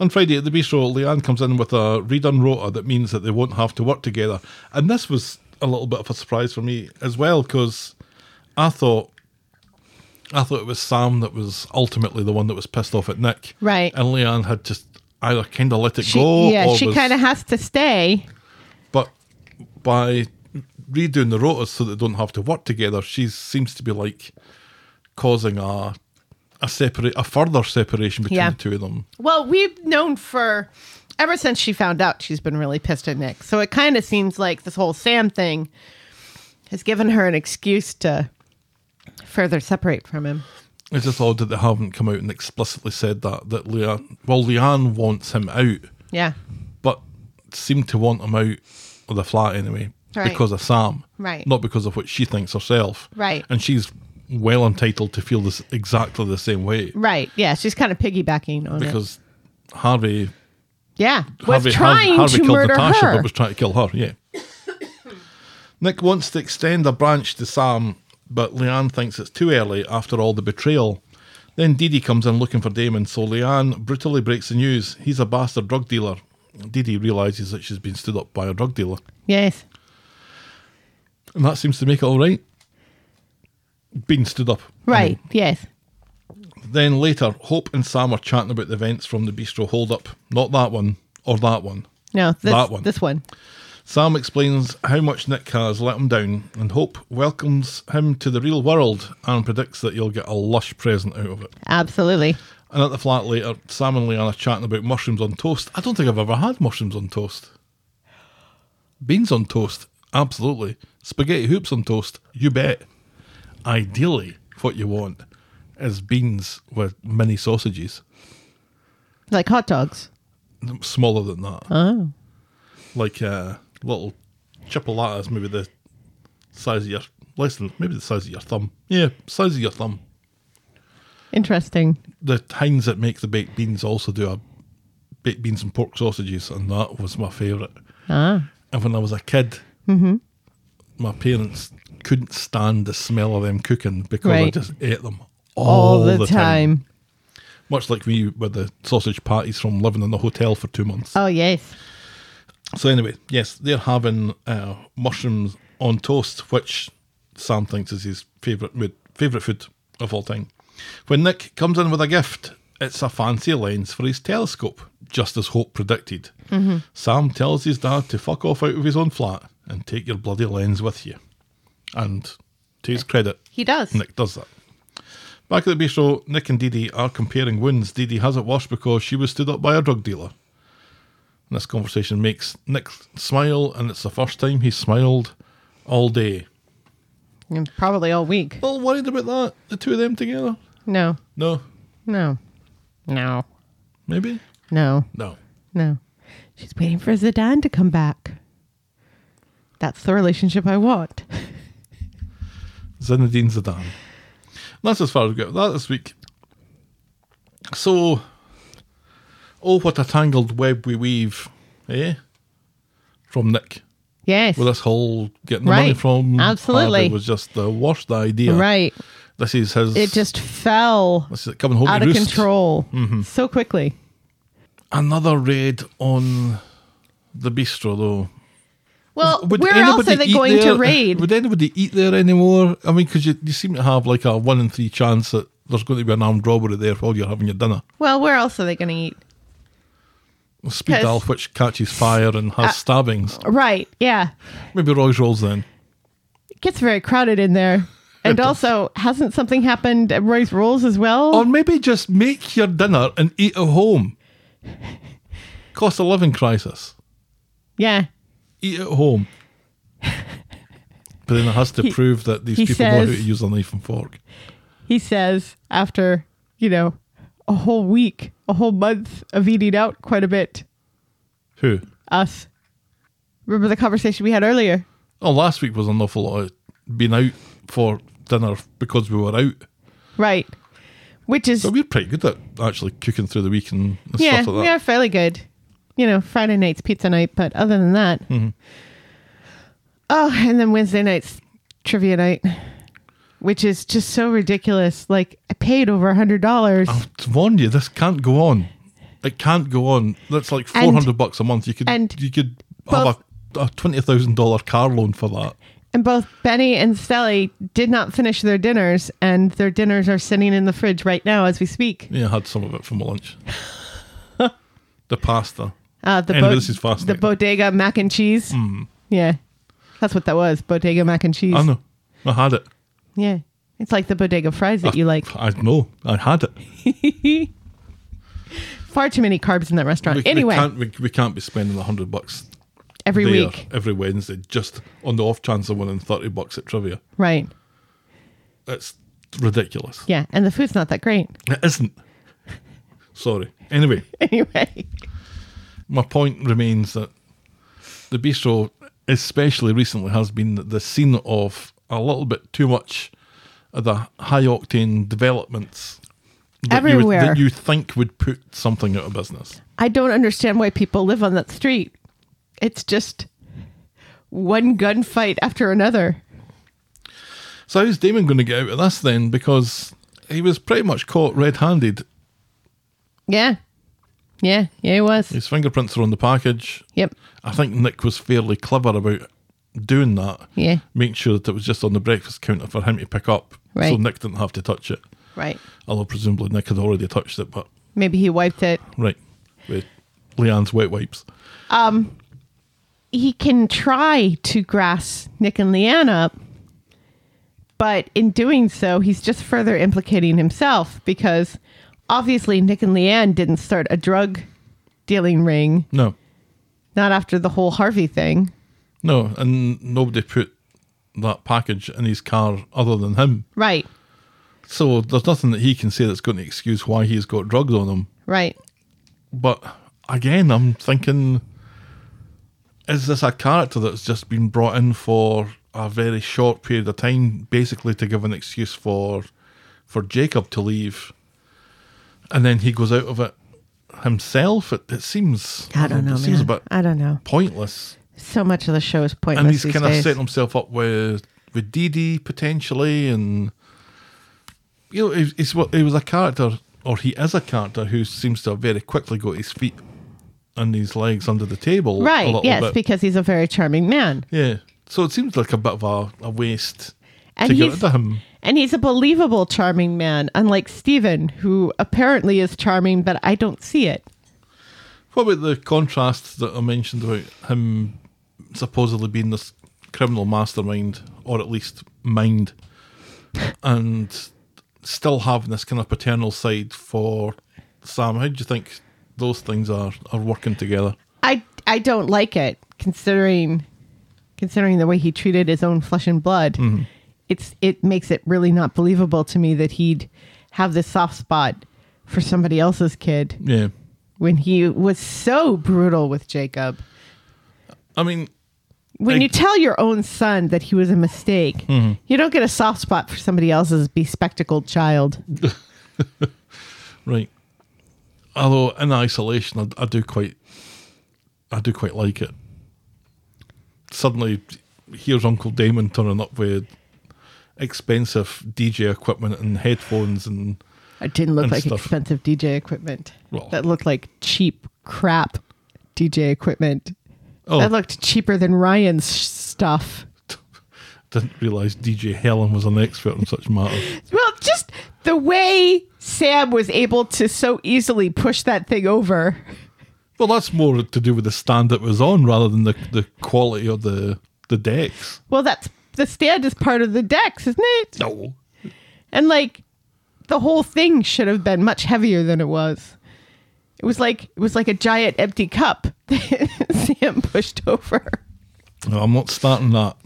On Friday at the bistro, Leanne comes in with a redone rota that means that they won't have to work together. And this was a little bit of a surprise for me as well because I thought. I thought it was Sam that was ultimately the one that was pissed off at Nick.
Right.
And Leanne had just either kind of let it
She,
go.
yeah.
or
She
was-
kind of has to stay.
But by redoing the rotas so they don't have to work together, she seems to be like causing a a separate a further separation between
Yeah.
the two of them.
Well, we've known for ever since she found out she's been really pissed at Nick. So it kind of seems like this whole Sam thing has given her an excuse to further separate from him.
It's just odd that they haven't come out and explicitly said that that Leanne well Leanne wants him out,
Yeah.
but seemed to want him out of the flat anyway
Right.
because of Sam,
Right.
Not because of what she thinks herself,
Right.
And she's well entitled to feel this exactly the same way
Right. Yeah. She's kind of piggybacking on it.
because Harvey
Yeah. Was
Harvey,
trying
Harvey
to
killed
murder
Natasha,
her.
but was trying to kill her. Yeah. Nick wants to extend a branch to Sam, but Leanne thinks it's too early after all the betrayal. Then Dee Dee comes in looking for Damon, so Leanne brutally breaks the news he's a bastard drug dealer. Dee Dee realises that she's been stood up by a drug dealer,
yes.
and that seems to make it all right. Being stood up.
Right. Yes.
Then later, Hope and Sam are chatting about the events from the bistro holdup. Not that one, or that one.
No. This,
That one.
This one.
Sam explains how much Nick has let him down, and Hope welcomes him to the real world and predicts that he'll get a lush present out of it.
Absolutely.
And at the flat later, Sam and Leanne are chatting about mushrooms on toast. I don't think I've ever had mushrooms on toast. Beans on toast, absolutely. Spaghetti hoops on toast, you bet. Ideally, what you want is beans with mini sausages,
Like hot dogs.
smaller than that.
Oh.
Like uh, little chipolatas, maybe the size of your, less than, maybe the size of your thumb. Yeah, size of your thumb.
Interesting.
the hinds that make the baked beans also do a baked beans and pork sausages, and that was my favourite.
Ah. Mm-hmm.
And when I was a kid, my parents couldn't stand the smell of them cooking because I
Right.
just ate them
All,
all,
the, time.
Much like we with the sausage patties from living in the hotel for two months.
Oh yes.
So anyway, yes, they're having uh, mushrooms on toast, which Sam thinks is his favourite mood, favourite food of all time. When Nick comes in with a gift, it's a fancy lens for his telescope, just as Hope predicted. Sam tells his dad to fuck off out of his own flat and take your bloody lens with you. And to his credit,
He does.
Nick does that. Back at the bistro, Nick and Dee Dee are comparing wounds Dee Dee hasn't washed because she was stood up by a drug dealer. And this conversation makes Nick smile, and it's the first time he smiled all day.
And Probably all week.
Not worried about that, the two of them together?
No.
No.
No. No.
Maybe?
No.
No.
No. She's waiting for Zidane to come back. That's the relationship I want.
Zinedine Zidane. And that's as far as we get with that this week. So, oh, what a tangled web we weave, eh? From Nick.
Yes.
Well, this whole getting the
Right.
money from
Absolutely.
Harvard was just the worst idea.
Right.
This is his.
It just fell
this is it coming home
out
to
of
roost.
control
Mm-hmm.
so quickly.
Another raid on the bistro, though.
Well,
Would
where else
anybody
are they
eat
going
there?
to raid?
Would anybody eat there anymore? I mean, because you, you seem to have like a one in three chance that there's going to be an armed robbery there while you're having your dinner.
well, where else are they going to eat?
A Speed
'Cause-
dial which catches fire and
Uh,
has stabbings.
Right. Yeah.
Maybe Roy's Rolls then.
It gets very crowded in there. And
does.
also, hasn't something happened at Roy's Rolls as well?
Or maybe just make your dinner and eat at home. Cost of living crisis.
yeah.
eat at home. but then it has to prove that these
he
people know how to
says-
use a knife and fork.
he says after you know a whole week a whole month of eating out quite a bit
Who?
us remember the conversation we had earlier
Oh, last week was an awful lot of being out for dinner because we were out.
right which is
So we're pretty good at actually cooking through the week and, and
yeah
stuff
we
like
are
that.
fairly good you know friday nights pizza night but other than that
Mm-hmm.
oh and then wednesday nights trivia night which is just so ridiculous like i paid over a hundred dollars
To warn you, this can't go on. It can't go on. That's like
And-
four hundred bucks a month. You could
and
you could
both-
have a, a twenty thousand dollar car loan for that.
And both Benny and Sally did not finish their dinners, and their dinners are sitting in the fridge right now as we speak.
Yeah, I had some of it for my lunch. the pasta.
Uh, the
Anyway, this is fascinating. Hmm.
The bodega mac and cheese. Yeah, that's what that was. Bodega mac and cheese.
I know. I had it.
Yeah, it's like the bodega fries that you like.
I know. I had it.
Far too many carbs in that restaurant.
We, we
anyway,
can't, we, we can't be spending a hundred bucks
every
there
week,
every Wednesday just on the off chance of winning thirty bucks at trivia.
right?
It's ridiculous.
Yeah, and the food's not that great.
It isn't. Sorry. Anyway,
Anyway,
my point remains that the bistro, especially recently, has been the scene of a little bit too much of the high octane developments that you, would,
Everywhere.
that you think would put something out of business.
I don't understand why people live on that street. It's just one gunfight after another.
So how's Damon going to get out of this then? Because he was pretty much caught red-handed.
Yeah. Yeah. Yeah, it was.
His fingerprints are on the package.
Yep.
I think Nick was fairly clever about doing that.
Yeah.
Making sure that it was just on the breakfast counter for him to pick up. So
Right.
Nick didn't have to touch it.
Right.
Although presumably Nick had already touched it, but
Maybe he wiped it.
right. With Leanne's wet wipes.
He can try to grass Nick and Leanne up, but in doing so, he's just further implicating himself because obviously Nick and Leanne didn't start a drug dealing ring,
No,
not after the whole Harvey thing.
no, and nobody put that package in his car other than him.
Right,
So there's nothing that he can say that's going to excuse why he's got drugs on him.
right.
But again, I'm thinking, is this a character that's just been brought in for a very short period of time, basically to give an excuse for for Jacob to leave, and then he goes out of it himself? It, it seems
I don't know,
It seems
man.
a bit
I don't know.
pointless,
So much of the show is pointless
and he's
these
kind of
days.
setting himself up with with Dee Dee potentially, and you know, he's, he's what- he was a character, or he is a character who seems to have very quickly got his feet and his legs under the table, A
right,
little
yes,
bit.
because he's a very charming man,
yeah. So it seems like a bit of a, a waste
and
to get
he's
rid of him.
and he's a believable charming man, unlike Steven, who apparently is charming, but I don't see it.
What about the contrast that I mentioned about him supposedly being this criminal mastermind, or at least mind, and still having this kind of paternal side for Sam? How do you think those things are, are working together?
I I don't like it considering considering the way he treated his own flesh and blood.
Mm-hmm.
It's it makes it really not believable to me that he'd have this soft spot for somebody else's kid
Yeah.
when he was so brutal with Jacob.
I mean,
When
I-
you tell your own son that he was a mistake,
Mm-hmm.
you don't get a soft spot for somebody else's bespectacled child.
right. Although in isolation, I, I do quite, I do quite like it. Suddenly, here's Uncle Damon turning up with expensive DJ equipment and headphones, and
It didn't look
And
like
stuff.
expensive DJ equipment.
Well-
that looked like cheap crap DJ equipment.
oh,
That looked cheaper than Ryan's stuff.
didn't realise DJ Helen was an expert on such matters.
Well, just the way Sam was able to so easily push that thing over.
Well, that's more to do with the stand it was on rather than the the quality of the the decks.
Well, that's the stand is part of the decks, isn't it?
No,
And like the whole thing should have been much heavier than it was. It was like it was like a giant empty cup that Sam pushed over.
no, I'm not starting that.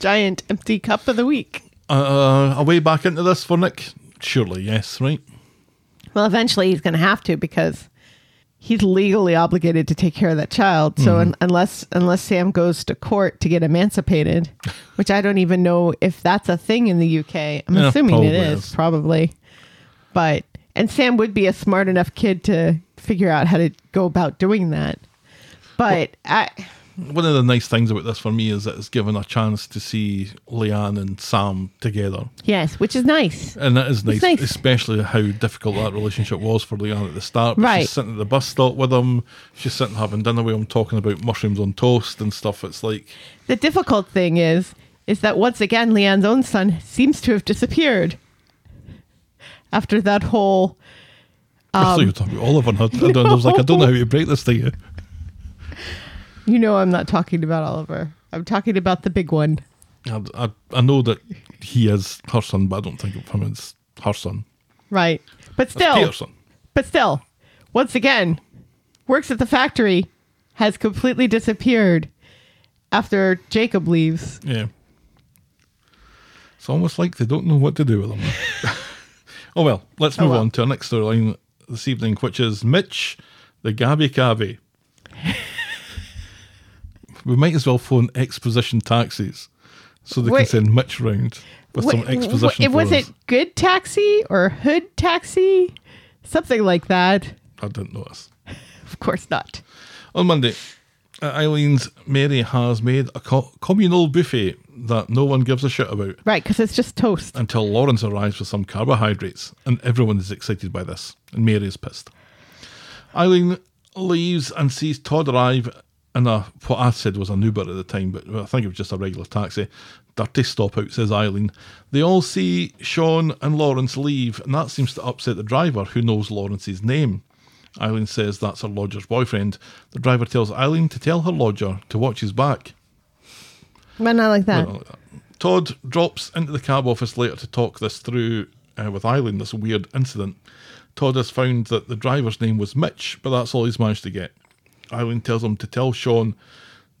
Giant empty cup of the week.
Uh, a way back into this for Nick, surely yes, right?
Well, eventually he's going to have to because he's legally obligated to take care of that child. So
Mm-hmm.
un- unless unless Sam goes to court to get emancipated, which I don't even know if that's a thing in the UK. I'm
Yeah,
assuming it
probably
is,
is.
probably. But and Sam would be a smart enough kid to figure out how to go about doing that. But I
one of the nice things about this for me is that it's given a chance to see Leanne and Sam together.
yes, which is nice.
And that is nice,
nice.
especially how difficult that relationship was for Leanne at the start. But
Right.
She's sitting at the bus stop with him, she's sitting having dinner with him, talking about mushrooms on toast and stuff. It's like,
The difficult thing is, is that once again, Leanne's own son seems to have disappeared after that whole. Um,
I thought you were talking about Oliver. And I, and I was like, I don't know how you break this to you.
You know, I'm not talking about Oliver. I'm talking about the big one.
I, I, I know that he is her son, but I don't think of him as her son.
Right. But
That's
still,
Peter's son.
but still, once again, works at the factory, has completely disappeared after Jacob leaves.
Yeah. It's almost like they don't know what to do with them. oh well, let's move
well.
on to our next storyline this evening, which is Mitch, the Gabby Cabby. we might as well phone exposition taxis so they can
Wait.
send Mitch round with some
Wait, wh-
exposition.
it
for
was
us.
it good taxi or hood taxi? Something like that.
I didn't notice.
Of course not.
On Monday, at Eileen's, Mary has made a co- communal buffet that no one gives a shit about.
Right, because it's just toast.
until Lawrence arrives with some carbohydrates, and everyone is excited by this, and Mary is pissed. Eileen leaves and sees Todd arrive in a what I said was an Uber at the time, but I think it was just a regular taxi. Dirty stop out, says Eileen. They all see Sean and Lawrence leave, and that seems to upset the driver, who knows Lawrence's name. Eileen says that's her lodger's boyfriend. The driver tells Eileen to tell her lodger to watch his back.
But not like that.
uh, Todd drops into the cab office later to talk this through uh, with Eileen, this weird incident, Todd has found that the driver's name was Mitch, but that's all he's managed to get. Eileen tells him to tell Sean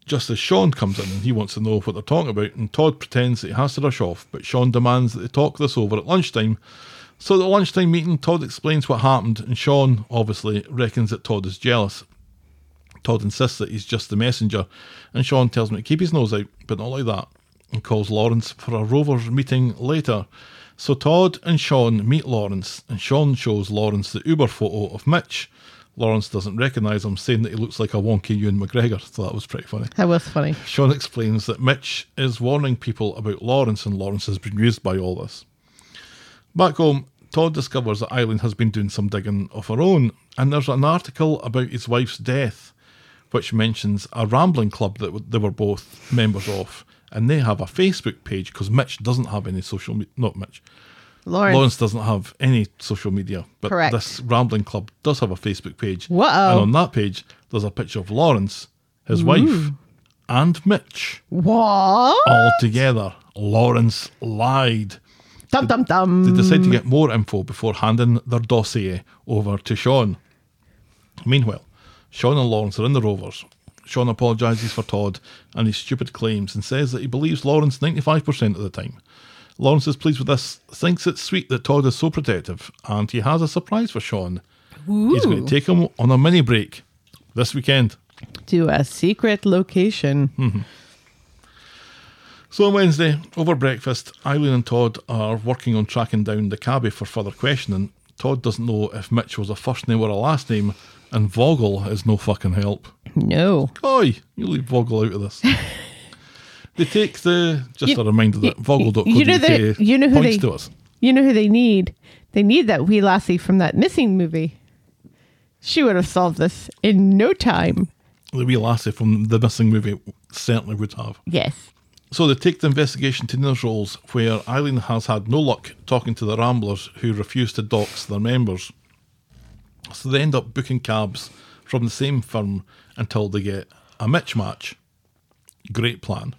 just as Sean comes in and he wants to know what they're talking about, and Todd pretends that he has to rush off, but Sean demands that they talk this over at lunchtime. So at the lunchtime meeting, Todd explains what happened, and Sean obviously reckons that Todd is jealous. Todd insists that he's just the messenger, and Sean tells him to keep his nose out, but not like that, and calls Lawrence for a Rovers meeting later. So Todd and Sean meet Lawrence, and Sean shows Lawrence the Uber photo of Mitch. Lawrence doesn't recognise him, saying that he looks like a wonky Ewan McGregor, so that was pretty funny.
That was funny.
Sean explains that Mitch is warning people about Lawrence, and Lawrence has been used by all this. Back home, Todd discovers that Eileen has been doing some digging of her own, and there's an article about his wife's death, which mentions a rambling club that w- they were both members of, and they have a Facebook page because Mitch doesn't have any social media. Not Mitch.
Lawrence.
Lawrence doesn't have any social media, but
Correct.
this rambling club does have a Facebook page.
Whoa.
And on that page, there's a picture of Lawrence, his wife, and Mitch
What?
all together. Lawrence lied.
Dum dum
They
dum.
decide to get more info before handing their dossier over to Sean. Meanwhile, Sean and Lawrence are in the Rovers. Sean apologises for Todd and his stupid claims and says that he believes Lawrence 95% of the time. Lawrence is pleased with this, thinks it's sweet that Todd is so protective, and he has a surprise for Sean. He's going to take him on a mini break this weekend.
To a secret location.
Hmm. So on Wednesday, over breakfast, Eileen and Todd are working on tracking down the cabbie for further questioning. Todd doesn't know if Mitch was a first name or a last name, and Vogel is no fucking help.
No.
Oi, you leave Vogel out of this. they take the just
You-
a reminder that
you-
Vogel.co.uk
you know that- you know who
points
they-
to us.
You know who they need? They need that wee lassie from that missing movie. She would have solved this in no time.
The wee lassie from the missing movie certainly would have.
Yes.
So they take the investigation to Ninner's roles, where Eileen has had no luck talking to the Ramblers who refuse to dox their members. So they end up booking cabs from the same firm until they get a Mitch match. Great plan.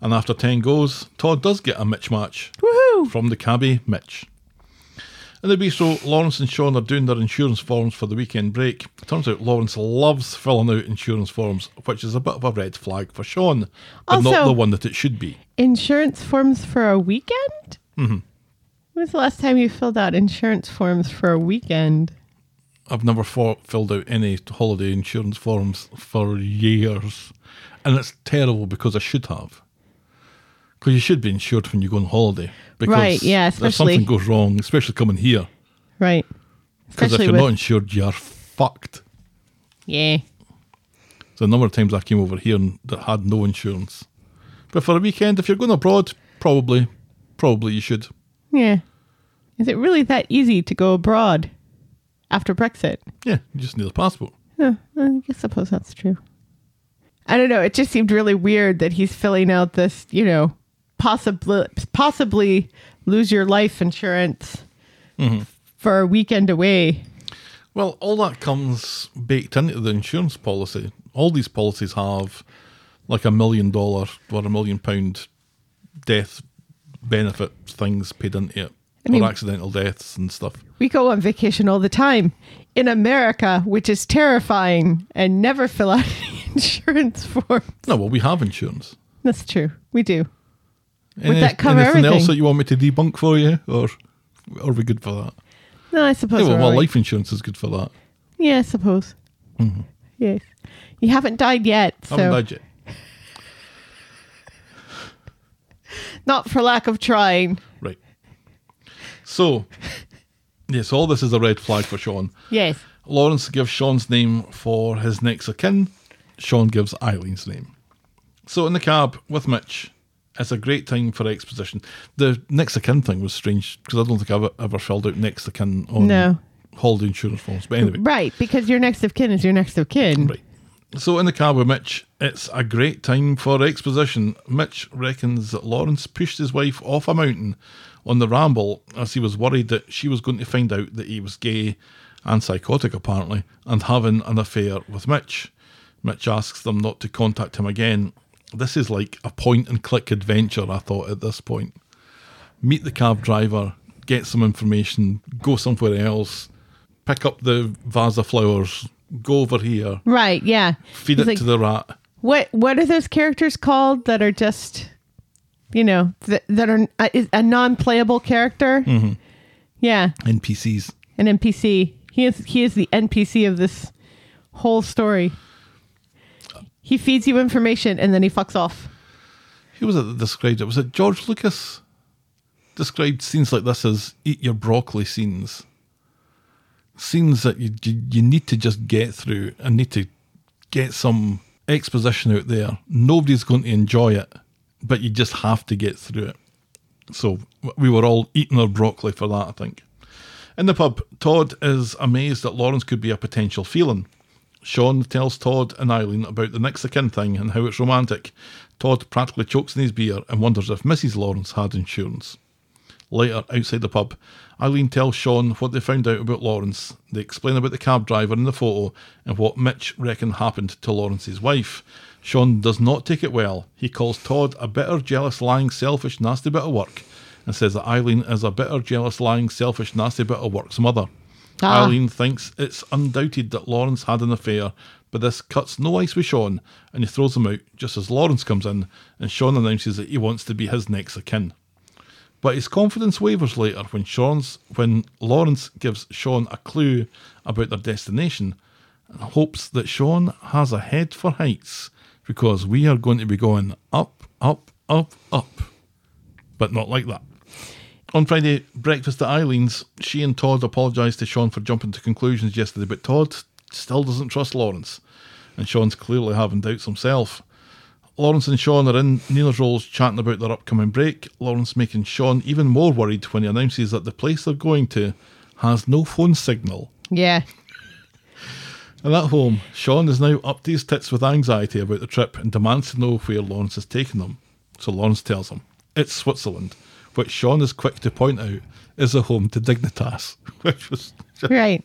And after 10 goes, Todd does get a Mitch match
Woohoo!
from the cabbie Mitch. In the bistro, Lawrence and Sean are doing their insurance forms for the weekend break. Turns out Lawrence loves filling out insurance forms, which is a bit of a red flag for Sean, but not
Also-
the one that it should be.
Insurance forms for a weekend? Mm-hmm. When was the last time you filled out insurance forms for a weekend?
I've never for- filled out any holiday insurance forms for years, and it's terrible because I should have. Because you should be insured when you go on holiday. Because
Right, yeah,
if something
especially-
goes wrong, especially coming here,
Right.
because if
Especially
you're
with
not insured, you're fucked.
Yeah.
So a number of times I came over here and that had no insurance. But for a weekend, if you're going abroad, probably, probably you should.
Yeah. Is it really that easy to go abroad after Brexit?
Yeah, you just need a passport.
Huh, I guess suppose that's true. I don't know. It just seemed really weird that he's filling out this, you know, possibly possibly lose your life insurance
Mm-hmm.
for a weekend away.
Well, all that comes baked into the insurance policy. All these policies have like a million dollar or a million pound death benefit things paid into it,
I mean-
or accidental deaths and stuff.
We go on vacation all the time in America, which is terrifying, and never fill out any insurance form.
No, well, we have insurance.
That's true. We do.
Would
that cover
anything else
everything?
that you want me to debunk for you, or are we good for that?
No, I suppose.
Yeah, well,
we're
well,
all-
life insurance is good for that.
Yeah, I suppose. Yes. You haven't died yet, so
Haven't died yet.
not for lack of trying.
Right. So, yes, all this is a red flag for Sean.
Yes.
Lawrence gives Sean's name for his next of kin. Sean gives Eileen's name. So in the cab with Mitch, it's a great time for exposition. The next of kin thing was strange because I don't think I've e-, ever filled out next of kin on
No.
holiday insurance forms. But anyway,
Right, because your next of kin is your next of kin.
Right. So in the car with Mitch, it's a great time for exposition. Mitch reckons that Lawrence pushed his wife off a mountain on the ramble as he was worried that she was going to find out that he was gay and psychotic, apparently, and having an affair with Mitch. Mitch asks them not to contact him again. This is like a point and click adventure, I thought, at this point. Meet the cab driver, get some information, go somewhere else, pick up the vase of flowers, go over here,
Right, yeah.
feed
He's
it
like,
to the rat.
What what are those characters called that are just you know, that, that are uh, a, a non-playable character?
Mm-hmm.
Yeah,
NPCs.
an NPC. He is he is the NPC of this whole story. He feeds you information and then he fucks off.
Who was it that described it? Was it George Lucas? Described scenes like this as eat your broccoli scenes. Scenes that you, you, you need to just get through and need to get some exposition out there. Nobody's going to enjoy it, but you just have to get through it. So w- we were all eating our broccoli for that, I think. In the pub, Todd is amazed that Lawrence could be a potential feeling. Sean tells Todd and Eileen about the next of kin thing and how it's romantic. Todd practically chokes in his beer and wonders if Mrs. Lawrence had insurance. Later, outside the pub, Eileen tells Sean what they found out about Lawrence. They explain about the cab driver in the photo and what Mitch reckoned happened to Lawrence's wife. Sean does not take it well. He calls Todd a bitter, jealous, lying, selfish, nasty bit of work and says that Eileen is a bitter, jealous, lying, selfish, nasty bit of work's mother.
Ah.
Eileen thinks it's undoubted that Lawrence had an affair, but this cuts no ice with Sean and he throws him out just as Lawrence comes in and Sean announces that he wants to be his next of kin but his confidence wavers later when Sean's when Lawrence gives Sean a clue about their destination and hopes that Sean has a head for heights because we are going to be going up, up, up, up. But not like that. On Friday, breakfast at Eileen's, she and Todd apologise to Sean for jumping to conclusions yesterday, but Todd still doesn't trust Lawrence, and Sean's clearly having doubts himself. Lawrence and Sean are in Neil's roles chatting about their upcoming break. Lawrence making Sean even more worried when he announces that the place they're going to has no phone signal.
Yeah.
And at home, Sean is now up to his tits with anxiety about the trip and demands to know where Lawrence is taking them. So Lawrence tells him, It's Switzerland, which Sean is quick to point out is the home to Dignitas, which was just
Right.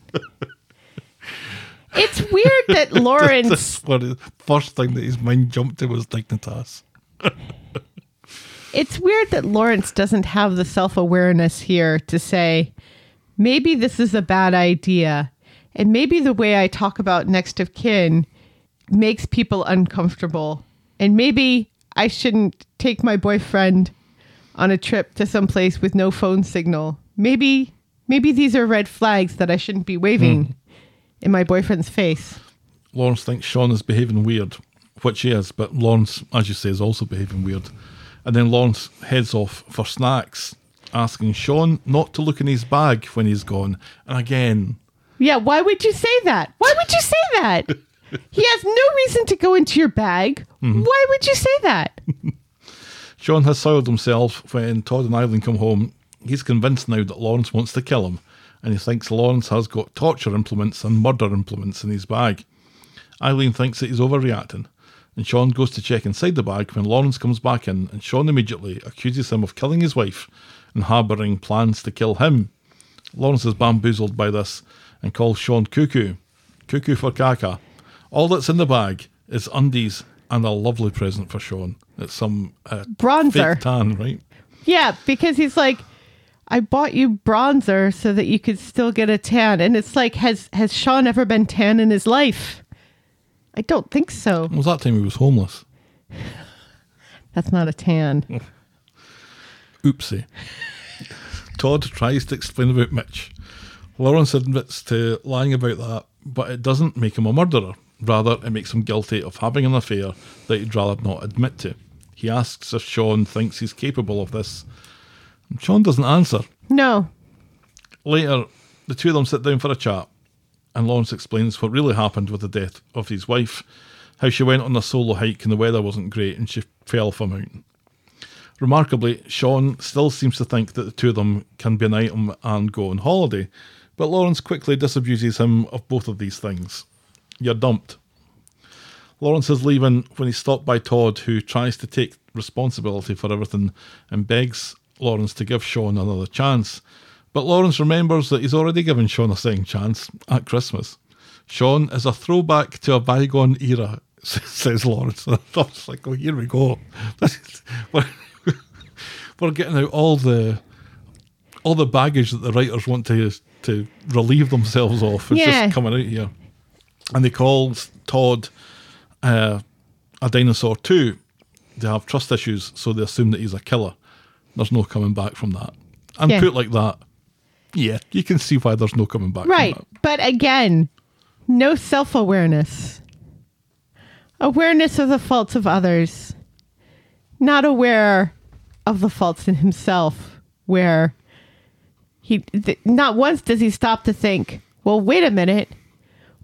it's weird that Lawrence
what the first thing that his mind jumped to was Dignitas.
It's weird that Lawrence doesn't have the self awareness here to say, maybe this is a bad idea. And maybe the way I talk about next of kin makes people uncomfortable. And maybe I shouldn't take my boyfriend on a trip to some place with no phone signal. Maybe maybe these are red flags that I shouldn't be waving in my boyfriend's face.
Lawrence thinks Sean is behaving weird, which he is, but Lawrence, as you say, is also behaving weird. And then Lawrence heads off for snacks, asking Sean not to look in his bag when he's gone. And again,
Yeah, why would you say that? Why would you say that? he has no reason to go into your bag. Why would you say that?
Sean has soiled himself when Todd and Eileen come home. He's convinced now that Lawrence wants to kill him, and he thinks Lawrence has got torture implements and murder implements in his bag. Eileen thinks that he's overreacting, and Sean goes to check inside the bag when Lawrence comes back in, and Sean immediately accuses him of killing his wife and harbouring plans to kill him. Lawrence is bamboozled by this and calls Sean cuckoo. Cuckoo for caca. All that's in the bag is undies and a lovely present for Sean. It's some uh,
Bronzer.
fake tan, right?
Yeah, because he's like, I bought you bronzer so that you could still get a tan. And it's like, has has Sean ever been tan in his life? I don't think so.
It was that time he was homeless.
That's not a tan.
Oopsie. Todd tries to explain about Mitch. Lawrence admits to lying about that, but it doesn't make him a murderer. Rather, it makes him guilty of having an affair that he'd rather not admit to. He asks if Sean thinks he's capable of this. And Sean doesn't answer.
No.
Later, the two of them sit down for a chat, and Lawrence explains what really happened with the death of his wife, how she went on a solo hike and the weather wasn't great and she fell off a mountain. Remarkably, Sean still seems to think that the two of them can be an item and go on holiday, but Lawrence quickly disabuses him of both of these things. You're dumped. Lawrence is leaving when he's stopped by Todd, who tries to take responsibility for everything and begs Lawrence to give Sean another chance. But Lawrence remembers that he's already given Sean a second chance at Christmas. Sean is a throwback to a bygone era, says Lawrence. And I was like, oh, here we go. This is- we're, we're getting out all the all the baggage that the writers want to to relieve themselves of is
Yeah.
just coming out here. And they call Todd uh, a dinosaur too. They have trust issues, so they assume that he's a killer. There's no coming back from that. And
Yeah.
put like that, yeah, you can see why there's no coming back.
Right.
From that.
But again, no self awareness. Awareness of the faults of others. Not aware of the faults in himself, where he, th- not once does he stop to think, well, wait a minute.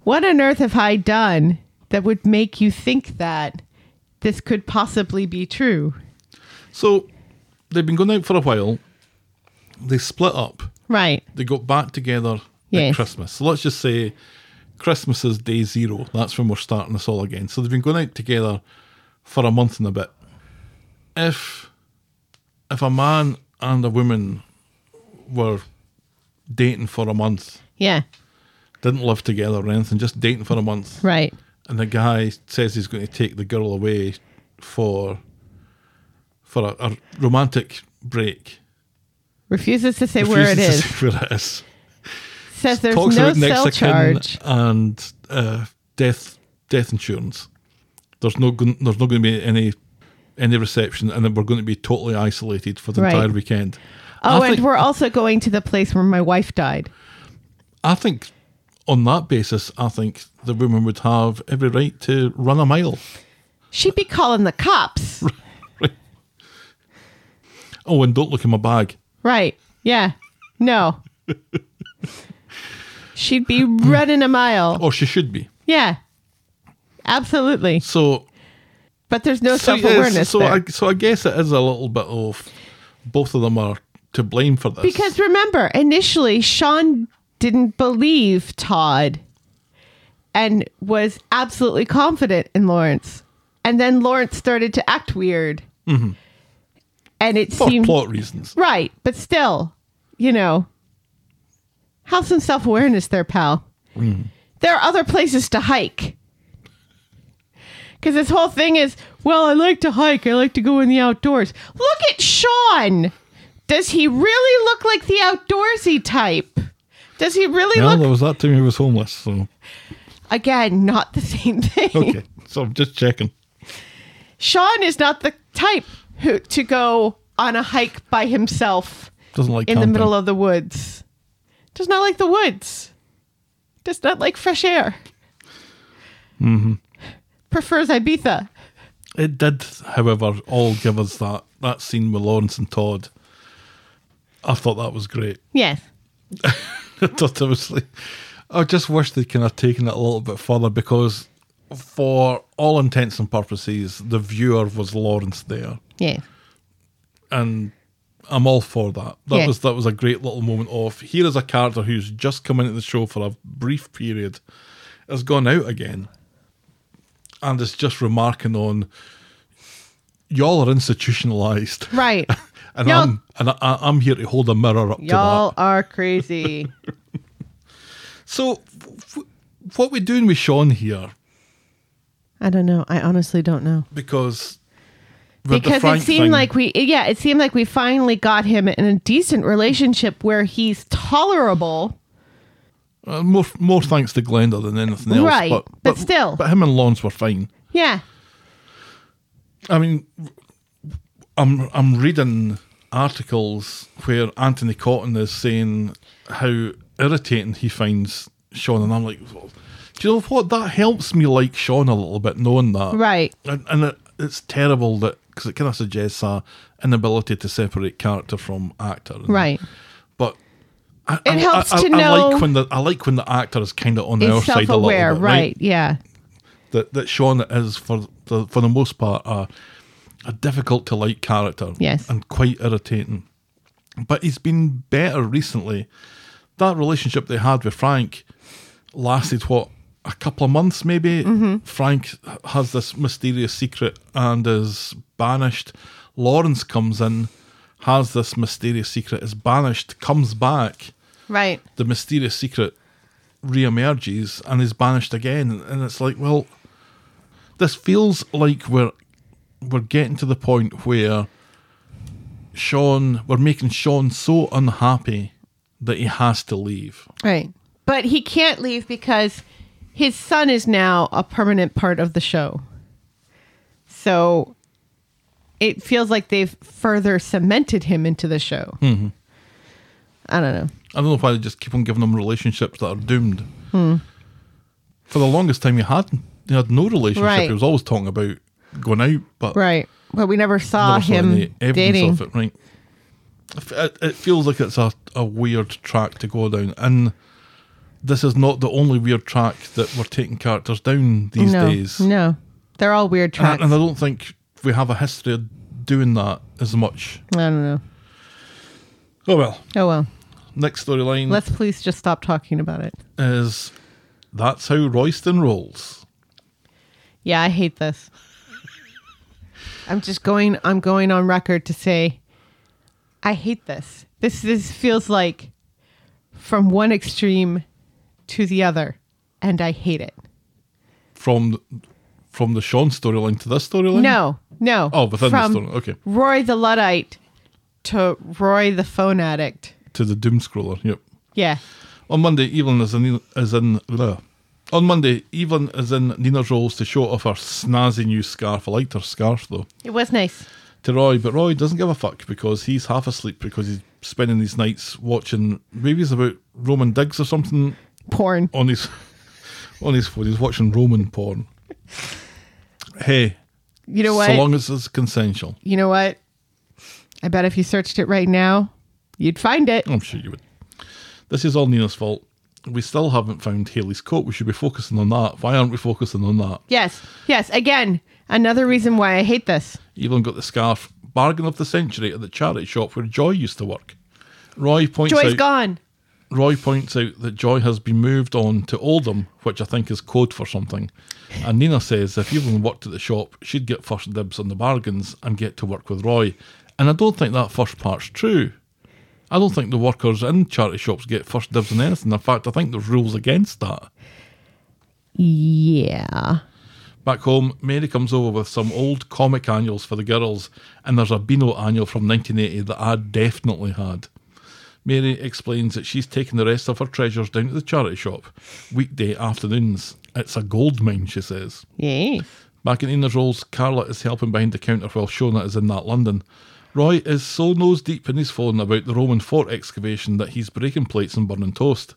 What on earth have I done that would make you think that this could possibly be true?
So they've been going out for a while. They split up.
Right.
They got back together
Yes.
at Christmas. So let's just say Christmas is day zero. That's when we're starting this all again. So they've been going out together for a month and a bit. If if a man and a woman were dating for a month,
Yeah.
didn't live together or anything, just dating for a month,
Right.
and the guy says he's going to take the girl away for for a, a romantic break.
Refuses to say where it
Refuses
is.
to say where it is.
Says there's
Talks
no
about next
cell
of kin
charge.
and uh, death death insurance. There's no gon- there's not going to be any any reception, and then we're going to be totally isolated for the
Right.
entire weekend.
Oh,
I
and
think,
we're also going to the place where my wife died.
I think on that basis, I think the woman would have every right to run a mile.
She'd be calling the cops.
Oh, and don't look in my bag.
Right. Yeah. No. She'd be running a mile.
Or Oh, she should be.
Yeah. Absolutely.
So
But there's no
So,
self
yes,
awareness
So
there.
I, so I guess it is a little bit of both of them are to blame for this.
Because remember, initially, Sean didn't believe Todd and was absolutely confident in Lawrence. And then Lawrence started to act weird.
Mm-hmm.
And it
for
seemed.
plot reasons.
Right, but still, you know, have some self awareness there, pal. There are other places to hike. Because this whole thing is, well, I like to hike. I like to go in the outdoors. Look at Sean. Does he really look like the outdoorsy type? Does he really
Yeah, there
look,
was that time he was homeless. So
again, not the same thing?
okay, so I'm just checking.
Sean is not the type who, to go on a hike by himself.
Doesn't like
in the
camping.
middle of the woods. Does not like the woods. Does not like fresh air. Mm-hmm. Prefers Ibiza.
It did, however, all give us that that scene with Lawrence and Todd. I thought that was great.
Yes.
I thought it was like- I just wish they'd kind of taken it a little bit further because, for all intents and purposes, the viewer was Lawrence there.
Yes.
and I'm all for that. That
Yeah.
was that was a great little moment of here is a character who's just come into the show for a brief period, has gone out again, and is just remarking on y'all are institutionalized,
Right.
and
Y'all-
I'm and I, I- I'm here to hold a mirror up
Y'all
to that.
are crazy.
So, w- what we doing with Sean here?
I don't know. I honestly don't know.
Because with the
Because it
Frank
seemed
thing-
like we yeah, it seemed like we finally got him in a decent relationship where he's tolerable.
uh, more more thanks to Glenda than anything else,
Right,
But,
but still.
but him and Lawrence were fine.
Yeah.
I mean, I'm I'm reading articles where Anthony Cotton is saying how irritating he finds Sean, and I'm like, well, do you know what? That helps me like Sean a little bit, knowing that,
Right.
And, and it, it's terrible that because it kind of suggests a inability to separate character from actor, and-
Right.
But. I,
It helps
I, I,
to
I
know-
like when the I like when the actor is kind of on the
Is
other side
self
a little bit,
aware, right, yeah.
that that Sean is for the for the most part a, a difficult to like character.
Yes.
and quite irritating. But he's been better recently. That relationship they had with Frank lasted what a couple of months, maybe. Frank has this mysterious secret and is banished. Lawrence comes in, has this mysterious secret, is banished, comes back
Right.
the mysterious secret reemerges and is banished again and it's like well this feels like we're we're getting to the point where Sean, we're making Sean so unhappy that he has to leave.
Right. But he can't leave because his son is now a permanent part of the show. So it feels like they've further cemented him into the show.
Mm-hmm.
I don't know.
I don't know why they just keep on giving them relationships that are doomed.
Hmm.
For the longest time, you had you had no relationship.
Right.
He was always talking about going out, but
Right. But we never saw
never saw any
Ah, him dating.
evidence of it. Right? It- It, it feels like it's a, a weird track to go down, and this is not the only weird track that we're taking characters down these
no.
days.
No. They're all weird tracks.
And, and I don't think we have a history of doing that as much.
I don't know.
Oh well.
Oh well.
Next storyline.
Let's please just stop talking about it.
is that's how Royston rolls.
Yeah, I hate this. I'm just going I'm going on record to say I hate this. This this feels like from one extreme to the other and I hate it.
From from the Sean storyline to this storyline?
No. No.
Oh, within the
From
story. Okay.
Roy the Luddite to Roy the phone addict.
To the Doom Scroller, yep.
Yeah.
On Monday, Evelyn is in is in bleh. on Monday, Evelyn is in Nina's rolls to show off her snazzy new scarf. I liked her scarf though.
It was nice.
To Roy, but Roy doesn't give a fuck because he's half asleep because he's spending these nights watching movies about Roman digs or something
Porn.
on his on his phone. He's watching Roman porn. Hey,
You know what?
So long as it's consensual.
you know what? I bet if you searched it right now, you'd find it.
I'm sure you would. This is all Nina's fault. We still haven't found Haley's coat. We should be focusing on that. Why aren't we focusing on that?
Yes. Yes. Again, another reason why I hate this.
Evelyn got the scarf, bargain of the century, at the charity shop where Joy used to work. Roy points
Joy's
out.
gone.
Roy points out that Joy has been moved on to Oldham, which I think is code for something. And Nina says if Evelyn worked at the shop, she'd get first dibs on the bargains and get to work with Roy. And I don't think that first part's true. I don't think the workers in charity shops get first dibs on anything. In fact, I think there's rules against that.
Yeah.
Back home, Mary comes over with some old comic annuals for the girls, and there's a Beano annual from 1980 that I definitely had. Mary explains that she's taken the rest of her treasures down to the charity shop, weekday afternoons. It's a gold mine, she says.
Yay.
Back in Ina's roles, Carla is helping behind the counter while Shona is in that London. Roy is so nose deep in his phone about the Roman fort excavation that he's breaking plates and burning toast.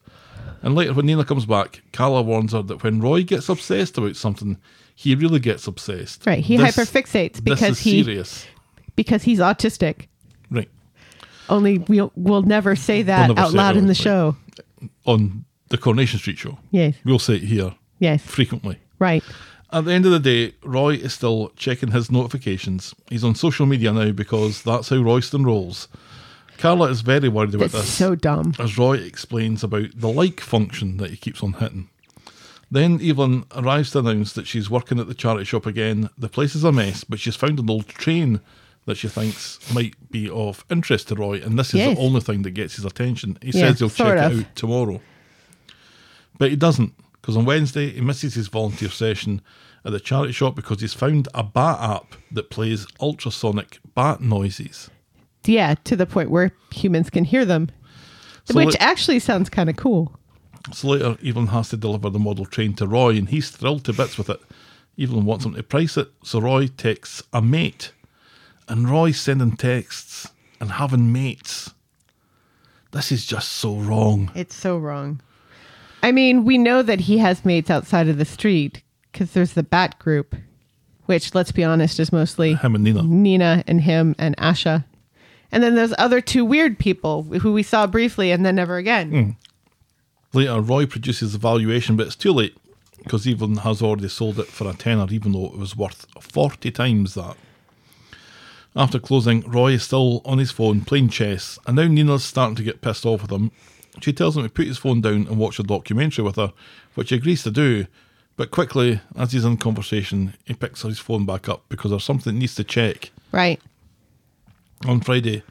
And later, when Nina comes back, Carla warns her that when Roy gets obsessed about something, he really gets obsessed.
Right, he hyperfixates
this
because
is
he-
serious.
Because he's autistic.
Right
Only we'll, we'll never say that
never
out
say
loud
that,
in the
right.
show.
on the Coronation Street show.
Yes.
We'll say it here
Yes.
frequently.
Right.
At the end of the day, Roy is still checking his notifications. He's on social media now because that's how Royston rolls. Carla is very worried about
That's
this,
so dumb.
as Roy explains about the like function that he keeps on hitting. Then Evelyn arrives to announce that she's working at the charity shop again. The place is a mess, but she's found an old train that she thinks might be of interest to Roy, and this is
Yes.
the only thing that gets his attention. He
Yeah,
says he'll check
sort
it
of.
out tomorrow. But he doesn't, because on Wednesday he misses his volunteer session at the charity shop because he's found a bat app that plays ultrasonic bat noises.
Yeah, to the point where humans can hear them,
So
which
let-
actually sounds kind of cool.
So later, Evelyn has to deliver the model train to Roy, and he's thrilled to bits with it. Evelyn wants him to price it, so Roy texts a mate, and Roy's sending texts and having mates. This is just so wrong.
It's so wrong. I mean, we know that he has mates outside of the street because there's the Bat Group, which, let's be honest, is mostly
Him and Nina.
Nina and him and Asha. And then those other two weird people who we saw briefly and then never again.
Mm. Later, Roy produces the valuation, but it's too late because Evelyn has already sold it for a tenner, even though it was worth 40 times that. After closing, Roy is still on his phone playing chess, and now Nina's starting to get pissed off with him. She tells him to put his phone down and watch a documentary with her, which he agrees to do. But quickly, as he's in conversation, he picks his phone back up because there's something he needs to check.
Right.
On Friday,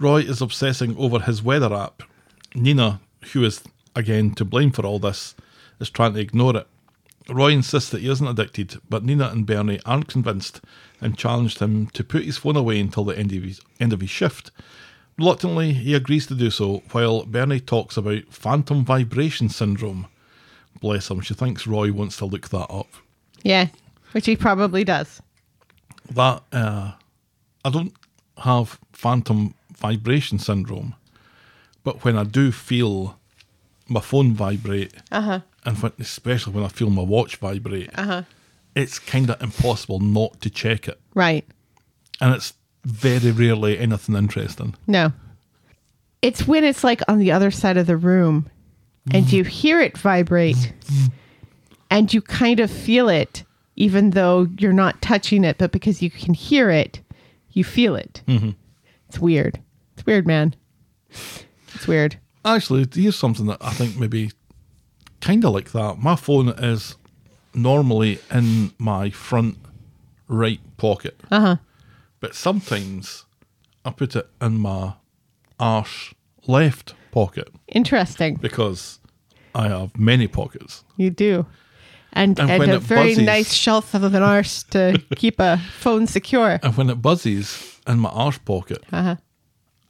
Roy is obsessing over his weather app. Nina, who is again to blame for all this, is trying to ignore it. Roy insists that he isn't addicted, but Nina and Bernie aren't convinced and challenged him to put his phone away until the end of his, end of his shift. Reluctantly, he agrees to do so while Bernie talks about phantom vibration syndrome. Bless him, she thinks Roy wants to look that up.
Yeah, which he probably does.
That, uh, I don't have phantom vibration syndrome, but when I do feel my phone vibrate, uh-huh. and when, especially when I feel my watch vibrate, uh-huh. it's kind of impossible not to check it.
Right.
And it's very rarely anything interesting.
No. It's when it's like on the other side of the room and you hear it vibrate and you kind of feel it, even though you're not touching it, but because you can hear it, you feel it.
Mm-hmm.
It's weird. It's weird, man. It's weird.
Actually, here's something that I think maybe kind of like that. My phone is normally in my front right pocket. Uh huh. But sometimes I put it in my arse left pocket
Interesting.
because I have many pockets.
You do. And,
And
and,
when
a
it
very
buzzes-
nice shelf of an arse to keep a phone secure.
And when it buzzes in my arse pocket,
You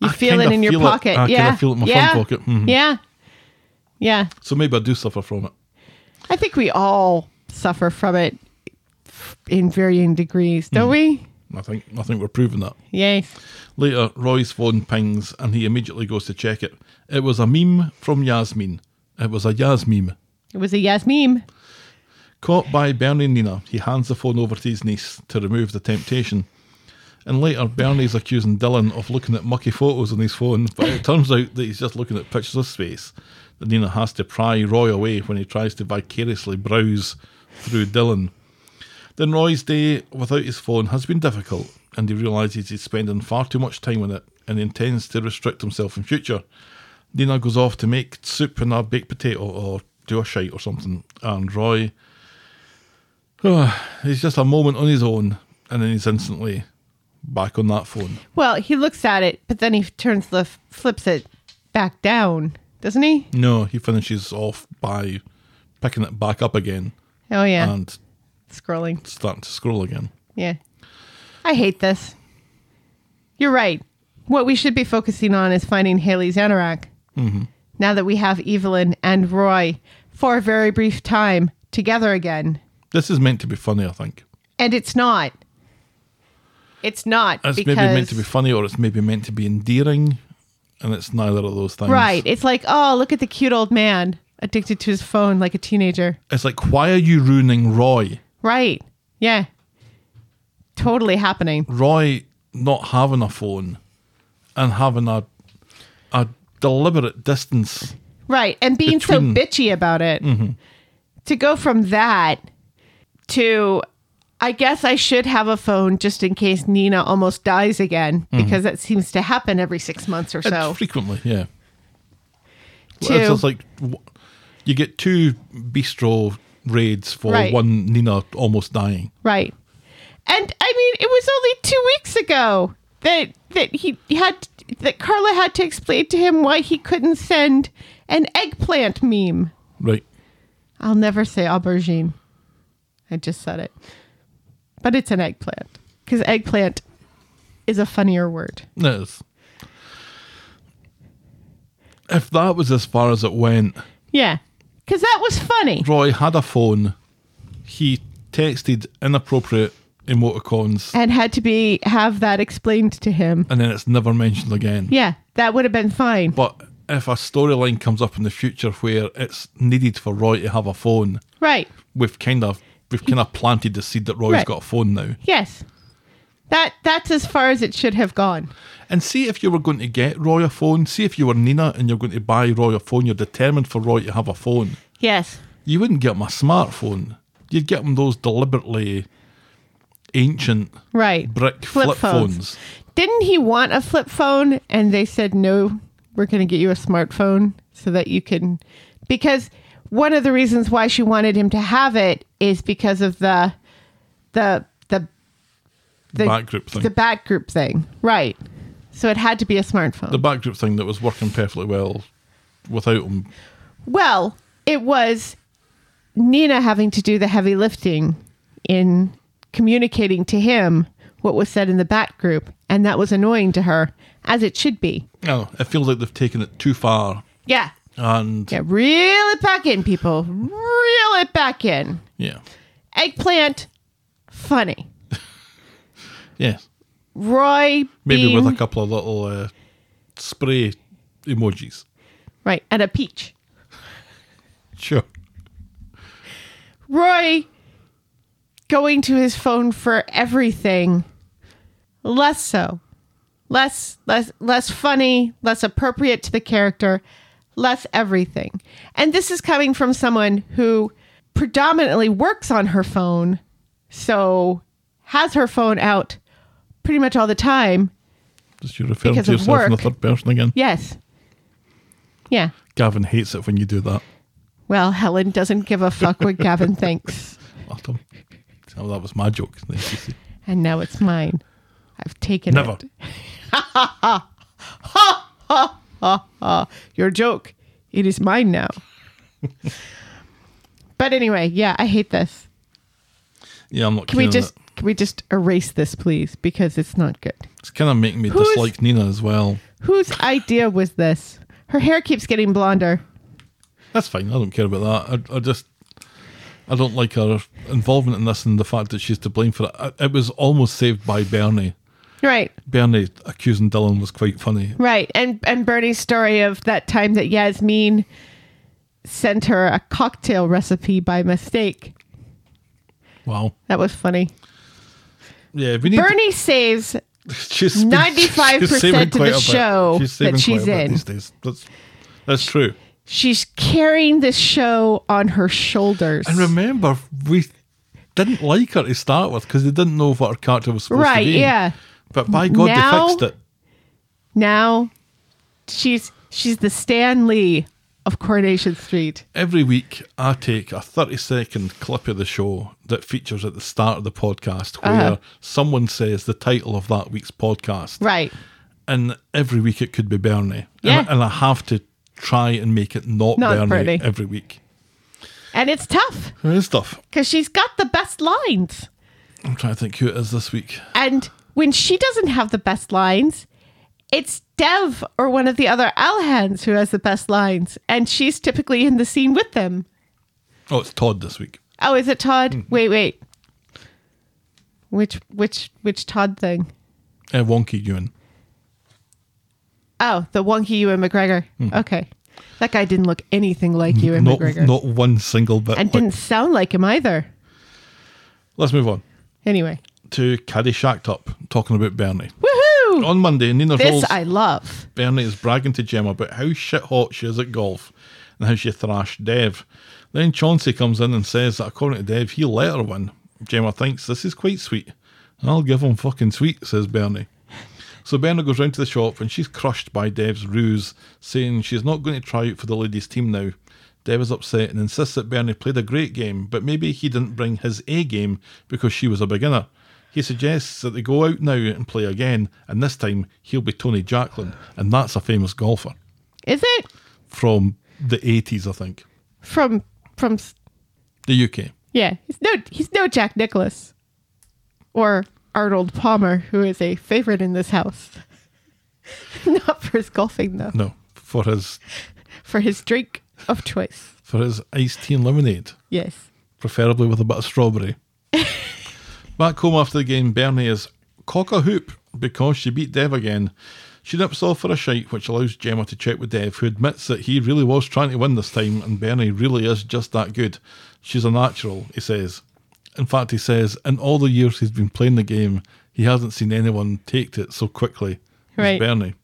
I
feel it
kinda
in your
feel it.
pocket.
I kinda
yeah.
feel it in my front
yeah.
pocket. Mhm.
Yeah. Yeah.
so maybe I do suffer from it.
I think we all suffer from it in varying degrees, don't we?
I think I think we're proving that.
Yay.
Later, Roy's phone pings and he immediately goes to check it. It was a meme from Yasmin. It was a Yas meme.
It was a yes meme.
Caught by Bernie and Nina, he hands the phone over to his niece to remove the temptation. And later, Bernie's accusing Dylan of looking at mucky photos on his phone, but it turns out that he's just looking at pictures of space. That Nina has to pry Roy away when he tries to vicariously browse through Dylan. Then Roy's day without his phone has been difficult, and he realises he's spending far too much time on it and intends to restrict himself in future. Nina goes off to make soup and a baked potato or do a shite or something, and Roy Oh, he's just a moment on his own, and then he's instantly back on that phone.
Well, he looks at it, but then he turns the flips it back down, doesn't he?
No, he finishes off by picking it back up again
Oh yeah.
and
Scrolling.
starting to scroll again.
Yeah. I hate this. You're right. What we should be focusing on is finding Haley's anorak. Now that we have Evelyn and Roy for a very brief time together again.
This is meant to be funny, I think.
And it's not. It's not.
It's
because,
maybe meant to be funny, or it's maybe meant to be endearing, and it's neither of those things.
Right. It's like, oh, look at the cute old man addicted to his phone like a teenager.
It's like, why are you ruining Roy?
Right. Yeah. Totally happening.
Roy not having a phone and having a a deliberate distance.
Right. And being
Between- Mm-hmm.
so bitchy about it. To go from that to, I guess I should have a phone just in case Nina almost dies again,
Mm-hmm.
because that seems to happen every six months or
It's
so.
frequently, yeah.
Two.
It's just like w- you get two bistro raids for
Right.
one Nina almost dying.
Right. And I mean, it was only two weeks ago that that he had that Carla had to explain to him why he couldn't send an eggplant meme.
Right.
I'll never say aubergine. I just said it, but it's an eggplant because eggplant is a funnier word.
It is. If that was as far as it went,
Yeah, because that was funny.
Roy had a phone. He texted inappropriate emoticons,
And had to be have that explained to him.
and then it's never mentioned again.
Yeah, that would have been fine.
But if a storyline comes up in the future where it's needed for Roy to have a phone,
Right.
we've kind of we've kind of planted the seed that Roy's
Right.
got a phone now.
Yes. That that's as far as it should have gone.
And see if you were going to get Roy a phone. See if you were Nina and you're going to buy Roy a phone. You're determined for Roy to have a phone.
Yes.
You wouldn't get him a smartphone. You'd get him those deliberately ancient
Right.
brick flip, phones.
Didn't he want a flip phone? And they said, no, we're going to get you a smartphone so that you can. Because one of the reasons why she wanted him to have it is because of the, the, the, the
Back group thing.
The back group thing. Right. So it had to be a smartphone.
The back group thing that was working perfectly well without him.
Well, it was Nina having to do the heavy lifting in communicating to him what was said in the Bat group, and that was annoying to her, as it should be.
No, it feels like they've taken it too far.
Yeah.
And
Yeah, reel it back in, people. Reel it back in.
yeah,
Eggplant, funny.
yes,
Roy,
maybe
bean,
with a couple of little uh, spray emojis.
right, and a peach.
Sure.
Roy going to his phone for everything. Less so. Less less less funny, less appropriate to the character, less everything. And this is coming from someone who predominantly works on her phone, so has her phone out pretty much all the time.
Just you referring
Because
to
of
yourself in the
work.
third person again.
Yes. Yeah.
Gavin hates it when you do that.
Well, Helen doesn't give a fuck what Gavin thinks.
Adam. Oh, that was my joke. Nice to see.
And now it's mine. I've taken
Never.
it. your joke. It is mine now. but anyway, yeah, I hate this.
Yeah, I'm not.
Can we just can we just erase this, please? Because it's not good.
It's kind of making me
Who's-
dislike Nina as well.
Whose idea was this? Her hair keeps getting blonder.
That's fine. I don't care about that. I, I just, I don't like her involvement in this and the fact that she's to blame for it. I, it was almost saved by Bernie.
Right,
Bernie accusing Dylan was quite funny.
right. And and Bernie's story of that time that Yasmin sent her a cocktail recipe by mistake.
Wow.
That was funny.
Yeah, we need.
Bernie saves
she's
95%
she's saving
to the
quite a bit.
show that
saving quite
she's
a bit
in.
these days. That's that's true.
she's carrying this show on her shoulders.
And remember, we didn't like her to start with because they didn't know what her character was supposed
right,
to be.
yeah.
But by God,
Now-
they fixed it.
Now she's she's the Stan Lee of Coronation Street.
Every week, I take a 30 second clip of the show that features at the start of the podcast where
Uh-huh.
someone says the title of that week's podcast.
Right.
And every week it could be Bernie.
Yeah.
And, and I have to try and make it not,
Not
Bernie,
Bernie.
every week.
And it's tough
There's stuff.
because she's got the best lines.
I'm trying to think who it is this week.
And when she doesn't have the best lines, it's Dev or one of the other Alhans who has the best lines. And she's typically in the scene with them.
Oh, it's Todd this week.
Oh, is it Todd?
Mm-hmm.
Wait, wait. Which which which Todd thing?
Uh, Wonky Ewan.
Oh, the wonky Ewan McGregor. Okay. That guy didn't look anything like Ewan
Hmm. Not,
McGregor.
not one single bit.
and
like-
didn't sound like him either.
Let's move on
Anyway.
to Caddy Shacked Up, talking about Bernie.
Woohoo!
On Monday, Nina
this
Rolls.
I love.
Bernie is bragging to Gemma about how shit hot she is at golf and how she thrashed Dev. Then Chauncey comes in and says that according to Dev, he'll let her win. Gemma thinks this is quite sweet. I'll give him fucking sweet, says Bernie. So Bernie goes round to the shop and she's crushed by Dev's ruse, saying she's not going to try out for the ladies' team now. Dev is upset and insists that Bernie played a great game, but maybe he didn't bring his A game because she was a beginner. He suggests that they go out now and play again, and this time he'll be Tony Jacklin, and that's a famous golfer
Is it
from the 80s, I think,
from from s-
the UK.
yeah, he's no he's no Jack Nicholas or Arnold Palmer who is a favorite in this house. Not for his golfing though,
No, for his
for his drink of choice.
for his iced tea and lemonade.
Yes.
preferably with a bit of strawberry. Back home after the game, Bernie is cock a hoop because she beat Dev again. She nips off for a shite, which allows Gemma to check with Dev, who admits that he really was trying to win this time, and Bernie really is just that good. She's a natural, he says. In fact, he says, in all the years he's been playing the game, he hasn't seen anyone take to it so quickly as
Right.
Bernie.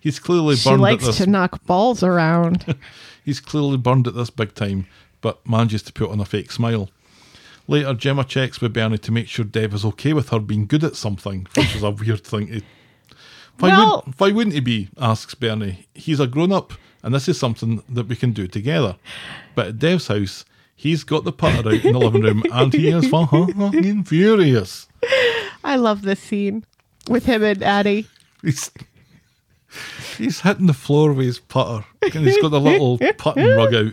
He's clearly
She
burned
likes
at this
to knock balls around.
He's clearly burned at this big time, but manages to put on a fake smile. Later, Gemma checks with Bernie to make sure Dev is okay with her being good at something, which is a weird thing. To, why,
Well-
wouldn't, why wouldn't he be? asks Bernie. He's a grown up, and this is something that we can do together. But at Dev's house, he's got the putter out in the living room, and he is fucking furious.
I love this scene with him and Addie.
He's he's hitting the floor with his putter, and he's got the little putting rug out.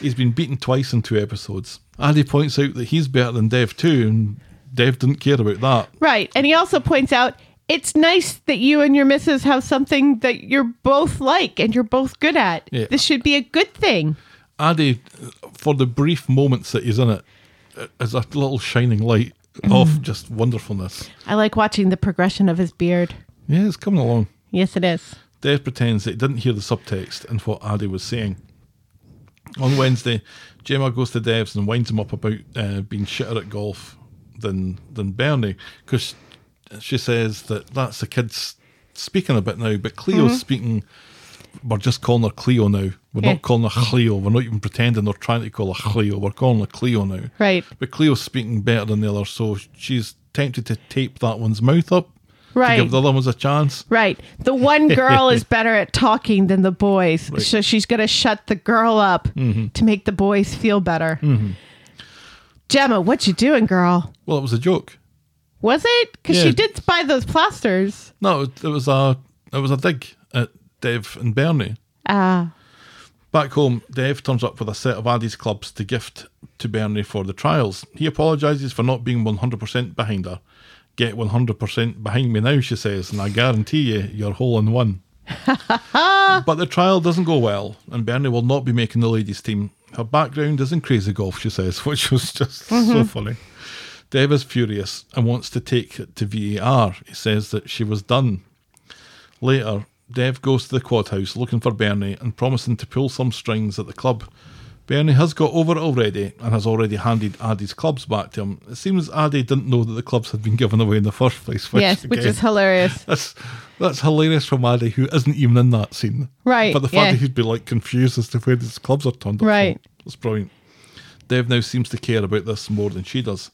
He's been beaten twice in two episodes. Addy points out that he's better than Dev too, and Dev didn't care about that.
Right. And he also points out it's nice that you and your missus have something that you're both like and you're both good at.
Yeah.
This should be a good thing.
Addy, for the brief moments that he's in it, is a little shining light of just wonderfulness.
I like watching the progression of his beard.
Yeah, it's coming along.
Yes, it is.
Dev pretends that he didn't hear the subtext and what Addy was saying. On Wednesday, Gemma goes to Dev's and winds him up about uh, being shitter at golf than than Bernie because she says that that's the kids speaking a bit now, but Cleo's speaking. We're just calling her Cleo now. We're
Mm-hmm. Yeah.
not calling her Cleo. We're not even pretending we're trying to call her Cleo. We're calling her Cleo now.
Right.
But Cleo's speaking better than the other, so she's tempted to tape that one's mouth up to
Right.
give the other ones a chance.
Right. The one girl is better at talking than the boys. So she's going to shut the girl up
Mm-hmm.
to make the boys feel better. Gemma, what you doing, girl?
Well, it was a joke.
Was it? Because
Yeah.
she did buy those plasters.
No, it it was a it was a dig at Dev and Bernie.
Ah,
Back home, Dev turns up with a set of Addy's clubs to gift to Bernie for the trials. He apologises for not being 100% behind her. Get 100% behind me now, she says, and I guarantee you, you're hole in one. but the trial doesn't go well, and Bernie will not be making the ladies' team. Her background is in crazy golf, she says, which was just
Mm-hmm.
so funny. Dev is furious and wants to take it to VAR. He says that she was done. Later, Dev goes to the quad house looking for Bernie and promising to pull some strings at the club. Bernie has got over it already and has already handed Addy's clubs back to him. It seems Addy didn't know that the clubs had been given away in the first place. Which
yes, which
again,
is hilarious.
that's that's hilarious from Addy, who isn't even in that scene.
Right,
But the fact
yeah.
that he'd be like confused as to where these clubs are turned up. from,
Right.
That's brilliant. Dev now seems to care about this more than she does.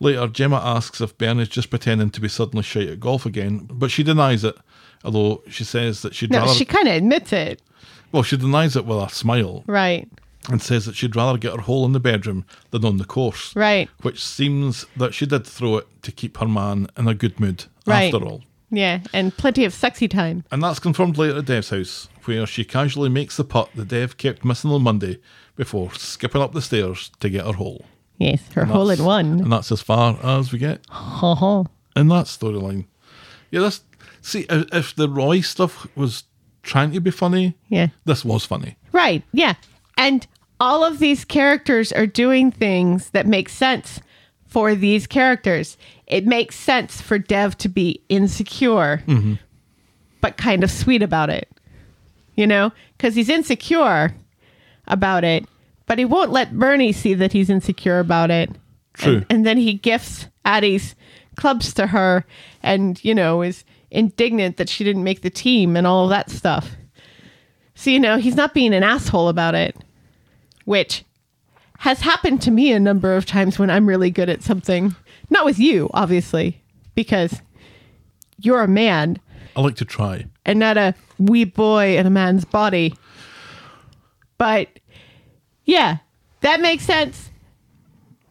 Later, Gemma asks if Bernie's just pretending to be suddenly shite at golf again, but she denies it. Although she says that she'd
No,
rather
she kind of admits it.
well, she denies it with a smile
Right.
and says that she'd rather get her hole in the bedroom than on the course.
Right.
Which seems that she did throw it to keep her man in a good mood.
Right.
After all,
Yeah, and plenty of sexy time.
And that's confirmed later at Dev's house, where she casually makes the putt that Dev kept missing on Monday before skipping up the stairs to get her hole.
Yes, her hole in
That's-
one. Uh-huh.
And that's as far as we get
Ho ho.
in that storyline. Yeah, that's. See, if, if the Roy stuff was trying to be funny,
Yeah.
this was funny.
Right. Yeah. And all of these characters are doing things that make sense for these characters. It makes sense for Dev to be insecure, but kind of sweet about it, you know, because he's insecure about it, but he won't let Bernie see that he's insecure about it.
True.
And, and then he gifts Addie's clubs to her and, you know, is indignant that she didn't make the team and all of that stuff. So, you know, he's not being an asshole about it, which has happened to me a number of times when I'm really good at something. Not with you, obviously, because you're a man
I like to try.
and not a wee boy in a man's body. But yeah, that makes sense.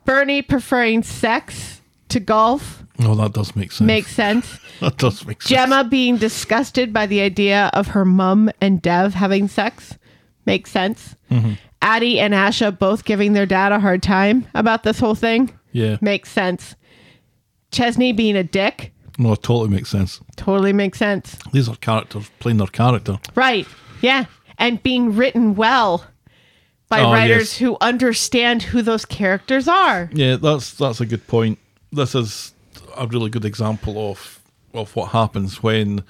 Bernie preferring sex to golf
Oh, that does make sense.
makes sense.
that does make sense.
Gemma being disgusted by the idea of her mum and Dev having sex makes sense. Addie and Asha both giving their dad a hard time about this whole thing
Yeah.
makes sense. Chesney being a dick
no, it totally makes sense.
totally makes sense.
These are characters playing their character.
Right. Yeah. And being written well by
Oh,
writers
yes.
who understand who those characters are.
Yeah, that's that's a good point. This is a really good example of of what happens when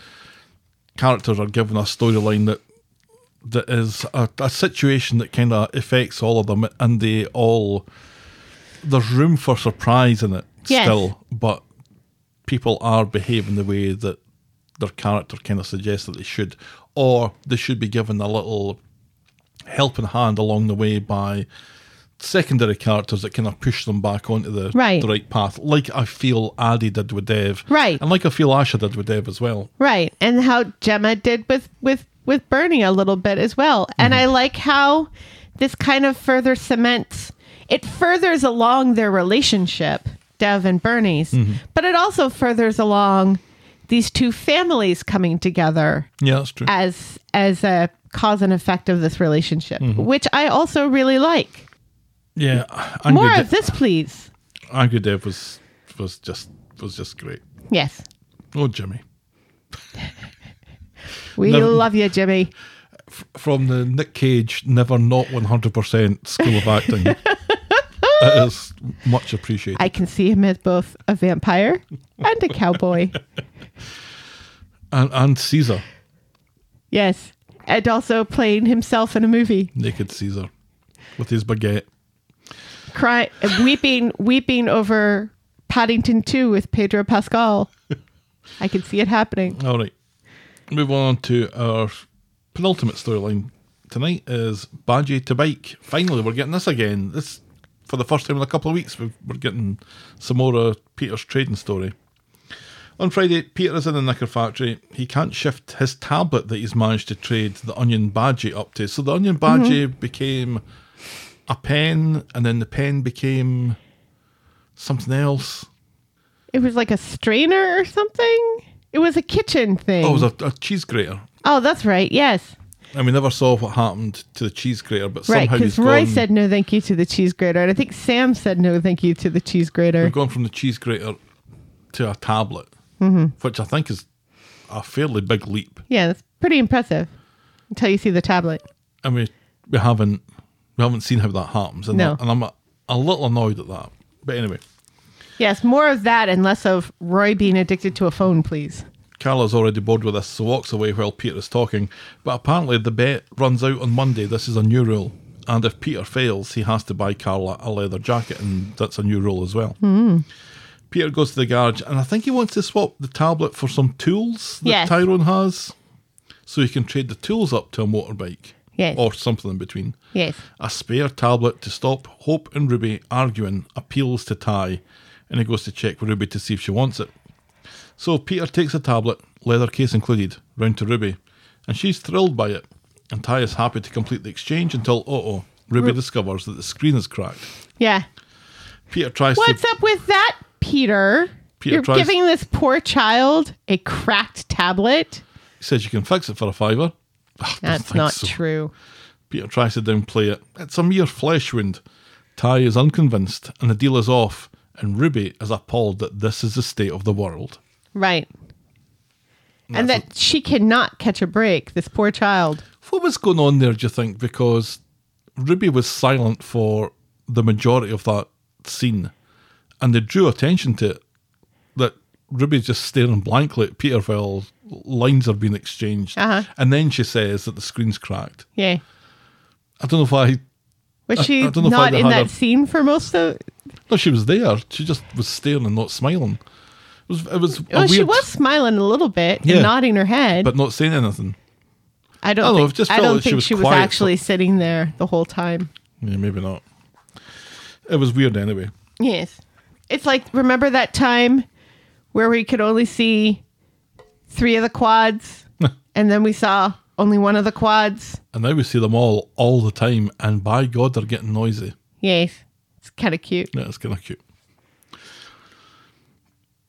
characters are given a storyline that that is a, a situation that kind of affects all of them, and they all there's room for surprise in it
Yes.
still, but people are behaving the way that their character kind of suggests that they should, or they should be given a little helping hand along the way by secondary characters that kind of push them back onto the
Right.
the right path, like I feel Addy did with Dev,
Right.
and like I feel Asha did with Dev as well.
Right. And how Gemma did with with with Bernie a little bit as well. And
Mm-hmm.
I like how this kind of further cements it furthers along their relationship, Dev and Bernie's,
Mm-hmm.
but it also furthers along these two families coming together Uh,
Yeah, that's true.
as as a cause and effect of this relationship,
Mm-hmm.
which I also really like.
Yeah, Angry,
More
De-
of this, please.
Angry Dev was was just was just great.
Yes.
Oh, Jimmy.
We
Never-
love you, Jimmy.
From the Nick Cage, never not 100% skill of acting. it is much appreciated.
I can see him as both a vampire and a cowboy.
and, and Caesar,
Yes. And also playing himself in a movie,
naked Caesar, with his baguette.
crying, weeping, weeping over Paddington 2 with Pedro Pascal. I can see it happening.
All right. Move on to our penultimate storyline tonight is Badgie to Bike. Finally, we're getting this again. This for the first time in a couple of weeks. We've, we're getting some more of Peter's trading story. On Friday, Peter is in the knicker factory. He can't shift his tablet that he's managed to trade the Onion Badgie up to. So the Onion Badgie became a pen, and then the pen became something else.
It was like a strainer or something. It was a kitchen thing.
Oh, it was a, a cheese grater.
Oh, that's right. Yes.
And we never saw what happened to the cheese grater, but
Right.
somehow
Because
he's
Roy
gone,
said no thank you to the cheese grater. And I think Sam said no thank you to the cheese grater.
we've gone from the cheese grater to a tablet,
Mm-hmm.
which I think is a fairly big leap.
Yeah, that's pretty impressive until you see the tablet.
And we, we haven't we haven't seen how that happens. And,
No.
and I'm a, a little annoyed at that. But anyway,
Yes, more of that and less of Roy being addicted to a phone, please.
Carla's already bored with this, so walks away while Peter is talking. But apparently, the bet runs out on Monday. This is a new rule. And if Peter fails, he has to buy Carla a leather jacket, and that's a new rule as well.
Hmm.
Peter goes to the garage, and I think he wants to swap the tablet for some tools that
Yes.
Tyrone has, so he can trade the tools up to a motorbike
Yes.
or something in between.
Yes.
A spare tablet to stop Hope and Ruby arguing appeals to Ty, and he goes to check with Ruby to see if she wants it. So Peter takes a tablet, leather case included, round to Ruby, and she's thrilled by it. And Ty is happy to complete the exchange until, uh oh, Ruby discovers that the screen is cracked.
Yeah.
Peter tries
What's
to.
up with that, Peter?
Peter
You're
tries-
giving this poor child a cracked tablet?
He says you can fix it for a fiver. I don't
That's
think
not
so.
true.
Peter tries to downplay it. It's a mere flesh wound. Ty is unconvinced, and the deal is off, and Ruby is appalled that this is the state of the world.
Right. And that she cannot catch a break, this poor child.
What was going on there, do you think? Because Ruby was silent for the majority of that scene, and they drew attention to it that Ruby's just staring blankly at Peter while lines are being exchanged.
Uh-huh.
And then she says that the screen's cracked.
Yeah.
I don't know if I.
Was
I-
she
I don't know if I'd
not in
had
that
a-
scene for most of
No, she was there. She just was staring and not smiling. It was, it was a
Well,
weird.
she was smiling a little bit
Yeah.
and nodding her head.
But not saying anything.
I don't
I don't know,
think,
it just
I
felt
don't
that she
think
was
she was
quiet, so-
actually sitting there the whole time.
Yeah, maybe not. It was weird anyway.
Yes. It's like remember that time where we could only see three of the quads and then we saw only one of the quads?
And now we see them all all the time, and by God, they're getting noisy.
Yes. It's kind of cute.
Yeah, it's kind of cute.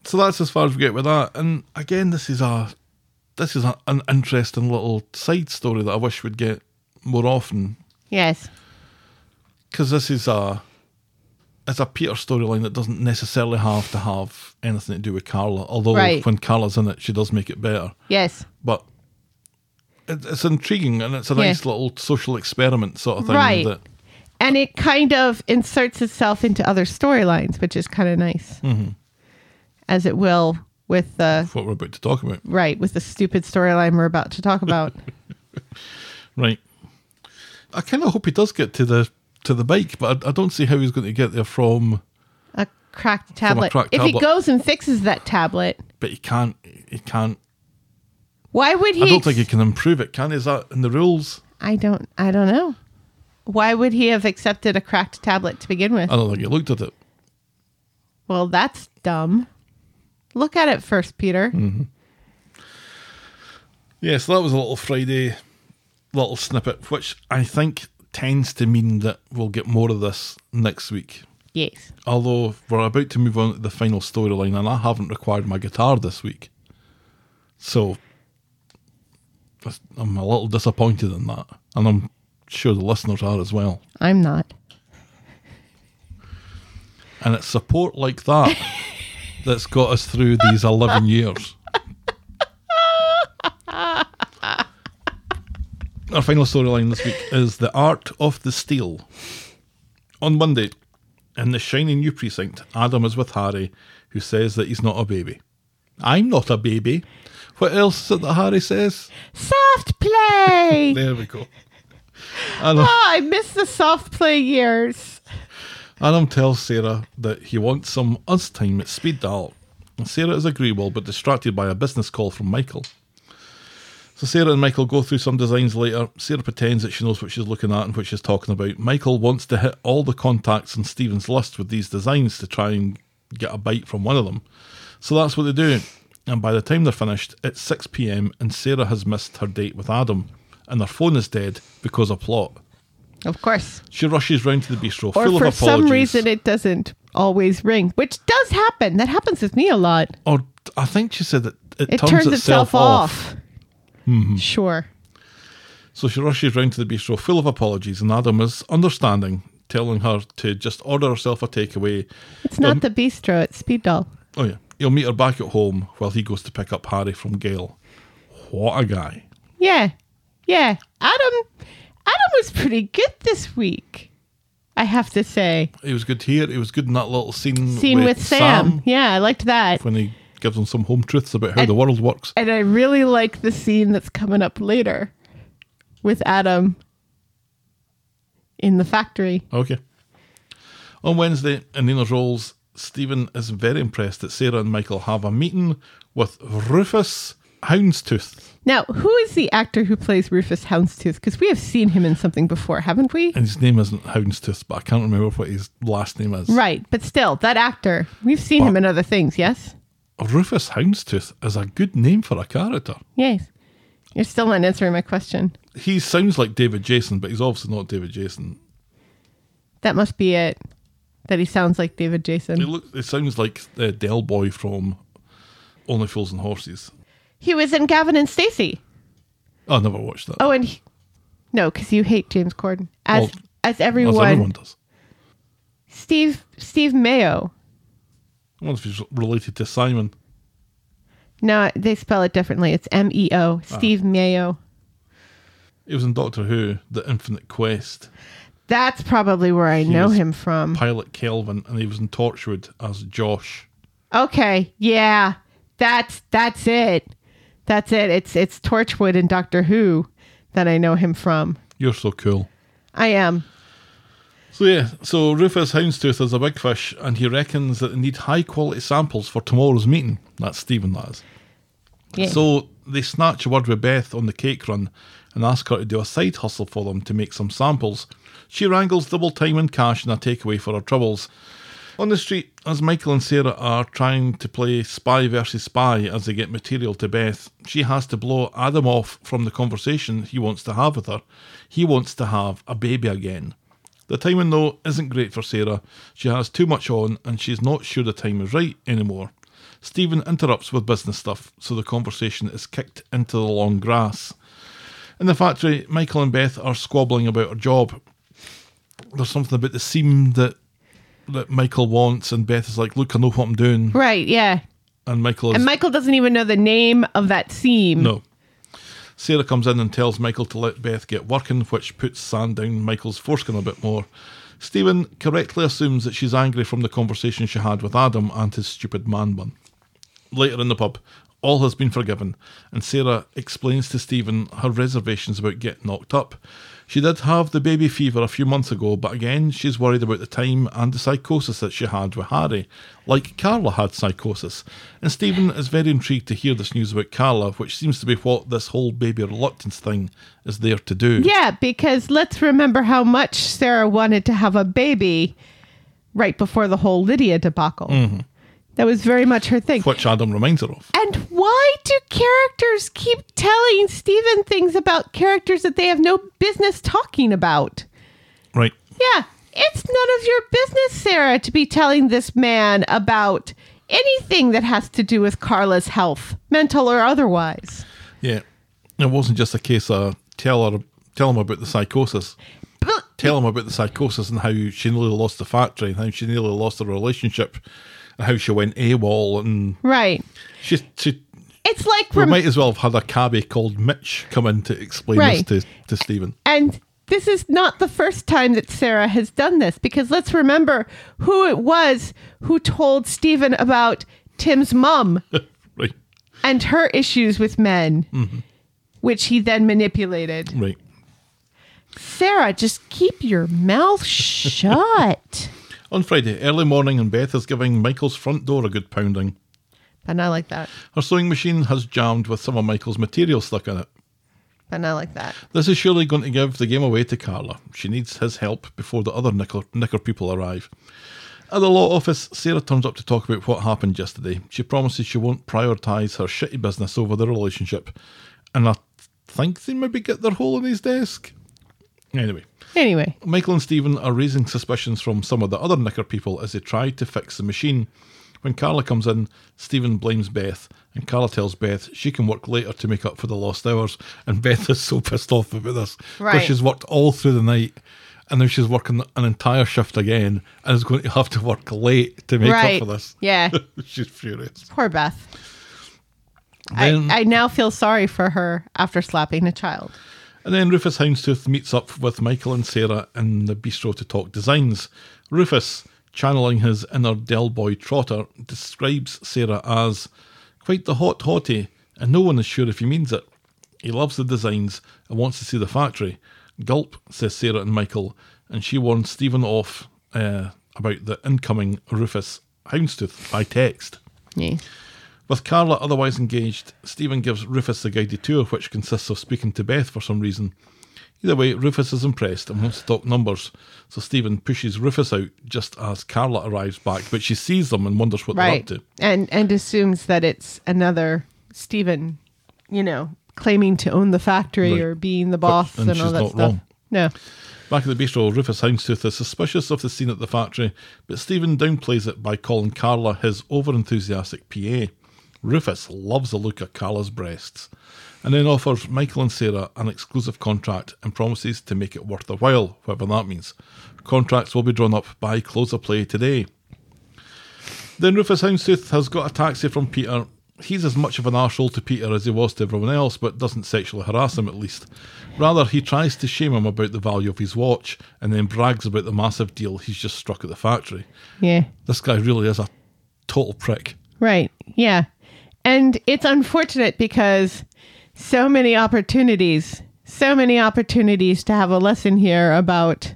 So that's as far as we get with that. And again, this is a this is a, an interesting little side story that I wish we'd get more often
Yes.
because this is a it's a Peter storyline that doesn't necessarily have to have anything to do with Carla. Although
Right.
when Carla's in it, she does make it better.
Yes.
but it, it's intriguing and it's a
Yeah.
nice little social experiment sort of thing.
Right.
That,
And it kind of inserts itself into other storylines, which is kind of nice.
Mm-hmm.
As it will with the
what we're about to talk about.
right with the stupid storyline we're about to talk about.
Right. I kind of hope he does get to the to the bike, but I, I don't see how he's going to get there from.
a cracked tablet.
cracked
if he
tablet.
goes and fixes that tablet,
But he can't. He can't.
why would he
I don't
ex-
think he can improve it. Can he? Is that in the rules?
I don't I don't know. Why would he have accepted a cracked tablet to begin with?
I don't think he looked at it.
well, that's dumb. Look at it first, Peter.
Hmm. Yeah, so that was a little Friday little snippet, which I think tends to mean that we'll get more of this next week.
Yes.
Although we're about to move on to the final storyline, and I haven't required my guitar this week, so That's- I'm a little disappointed in that, and I'm sure the listeners are as well.
I'm not.
And it's support like that that's got us through these 11 years. Our final storyline this week is The Art of the Steel. On Monday, in the shiny new precinct, Adam is with Harry, who says that he's not a baby. I'm not a baby. What else is it that Harry says?
Soft play.
There we go. Adam,
oh, I miss the soft play years.
Adam tells Sarah that he wants some us time at speed dial. And Sarah is agreeable but distracted by a business call from Michael. So Sarah and Michael go through some designs later. Sarah pretends that she knows what she's looking at and what she's talking about. Michael wants to hit all the contacts in Stephen's list with these designs to try and get a bite from one of them. So that's what they do. And by the time they're finished, it's 6 pm and Sarah has missed her date with Adam. And her phone is dead because of plot.
Of course.
She rushes round to the bistro
Or
full
for
of apologies.
some reason it doesn't always ring, which does happen. That happens with me a lot.
or Oh, I think she said that it,
It
turns, itself, off. Hmm.
Sure.
So she rushes round to the bistro full of apologies, and Adam is understanding, telling her to just order herself a takeaway.
It's
Um,
not the bistro, it's speed doll.
Oh yeah, he'll meet her back at home while he goes to pick up Harry from Gail. What a guy!
Yeah. Yeah. Adam Adam was pretty good this week. I have to say.
He was good here. He was good in that little scene.
Scene with, Sam. Yeah, I liked that.
when he gives him some home truths about how the world works.
And I really like the scene that's coming up later with Adam in the factory.
Okay. On Wednesday, in Nina's Rolls, Stephen is very impressed that Sarah and Michael have a meeting with Rufus Houndstooth.
Now, who is the actor who plays Rufus Houndstooth? Because we have seen him in something before, haven't we?
And his name isn't Houndstooth, but I can't remember what his last name is.
Right, but still, that actor, we've seen him in other things, yes?
Rufus Houndstooth is a good name for a character.
Yes. You're still not answering my question.
He sounds like David Jason, but he's obviously not David Jason.
That must be it. That he sounds like David
He
Jason.
looks. He sounds like uh, Del Boy from Only Fools and Horses.
He was in Gavin and Stacey.
I never watched that.
Oh, and he, no, because you hate James Corden as
Well,
as,
As
everyone,
everyone does.
Steve Steve Mayo.
I wonder if he's related to Simon.
No, they spell it differently. It's M E O. Steve
Ah.
Mayo.
He was in Doctor Who, The Infinite Quest.
That's probably where I know
was-
him from.
pilot Kelvin, and he was in Torchwood as Josh.
Okay, yeah, that's that's it. That's it. It's it's Torchwood and Doctor Who that I know him from.
You're so cool.
I am.
So yeah, so Rufus Houndstooth is a big fish, and he reckons that they need high quality samples for tomorrow's meeting. That's Stephen, that is.
Yeah.
So they snatch a word with Beth on the cake run and ask her to do a side hustle for them to make some samples. She wrangles double time and cash and a takeaway for her troubles. On the street, as Michael and Sarah are trying to play spy versus spy as they get material to Beth, she has to blow Adam off from the conversation he wants to have with her. He wants to have a baby again. The timing, though, isn't great for Sarah. She has too much on and she's not sure the time is right anymore. Stephen interrupts with business stuff, so the conversation is kicked into the long grass. In the factory, Michael and Beth are squabbling about her job. There's something about the seam that that Michael wants, and Beth is like, "Look, I know what I'm doing,"
Right. Yeah.
and Michael is
And Michael doesn't even know the name of that seam.
no. Sarah comes in and tells Michael to let Beth get working, which puts sand down Michael's foreskin a bit more. Stephen correctly assumes that she's angry from the conversation she had with Adam and his stupid man bun. Later in the pub, all has been forgiven, and Sarah explains to Stephen her reservations about getting knocked up. She did have the baby fever a few months ago, but again, she's worried about the time and the psychosis that she had with Harry, like Carla had psychosis. And Stephen is very intrigued to hear this news about Carla, which seems to be what this whole baby reluctance thing is there to do.
Yeah, because let's remember how much Sarah wanted to have a baby right before the whole Lydia debacle. That was very much her thing.
Which Adam reminds her of.
And why do characters keep telling Steven things about characters that they have no business talking about?
Right.
Yeah, it's none of your business, Sarah, to be telling this man about anything that has to do with Carla's health, mental or otherwise.
Yeah. It wasn't just a case of tell her tell him about the psychosis. Tell him about the psychosis and how she nearly lost the factory and how she nearly lost her relationship and how she went AWOL and
Right.
she she
It's like
we
rem-
might as well have had a cabbie called Mitch come in to explain
Right.
this to, to Stephen.
And this is not the first time that Sarah has done this because let's remember who it was who told Stephen about Tim's mum
Right.
and her issues with men, which he then manipulated.
Right.
Sarah, just keep your mouth shut.
On Friday, early morning and Beth is giving Michael's front door a good pounding.
But not like that.
Her sewing machine has jammed with some of Michael's material stuck in it.
But not like that.
This is surely going to give the game away to Carla. She needs his help before the other knicker, knicker people arrive. At the law office, Sarah turns up to talk about what happened yesterday. She promises she won't prioritise her shitty business over the relationship, and I think they maybe get their hole in his desk. Anyway,
Anyway,
Michael and Stephen are raising suspicions from some of the other knicker people as they try to fix the machine. When Carla comes in, Stephen blames Beth, and Carla tells Beth she can work later to make up for the lost hours. And Beth is so pissed off about this because
Right.
she's worked all through the night, and now she's working an entire shift again, and is going to have to work late to make
Right.
up for this.
Yeah.
she's furious.
poor Beth.
Then-
I, I now feel sorry for her after slapping a child.
And then Rufus Houndstooth meets up with Michael and Sarah in the bistro to talk designs. Rufus, channeling his inner Del Boy Trotter, describes Sarah as quite the hot hottie, and no one is sure if he means it. He loves the designs and wants to see the factory. Gulp, says Sarah and Michael, and she warns Stephen off uh, about the incoming Rufus Houndstooth by text.
Yeah.
With Carla otherwise engaged, Stephen gives Rufus the guided tour, which consists of speaking to Beth for some reason. Either way, Rufus is impressed and wants to talk numbers, so Stephen pushes Rufus out just as Carla arrives back, but she sees them and wonders what
right
they're up to.
and and assumes that it's another stephen you know claiming to own the factory
Right.
or being the boss
and
and, all
she's
that
not
stuff
wrong.
no
Back at the bistro, Rufus Houndstooth is suspicious of the scene at the factory, but Stephen downplays it by calling Carla his overenthusiastic PA. Rufus loves the look of Carla's breasts, and then offers Michael and Sarah an exclusive contract and promises to make it worth their while, whatever that means. Contracts will be drawn up by close of play today. Then Rufus Houndstooth has got a taxi from Peter. He's as much of an arsehole to Peter as he was to everyone else, but doesn't sexually harass him at least. Rather, he tries to shame him about the value of his watch and then brags about the massive deal he's just struck at the factory.
yeah
This guy really is a total prick.
right yeah and it's unfortunate because so many opportunities so many opportunities to have a lesson here about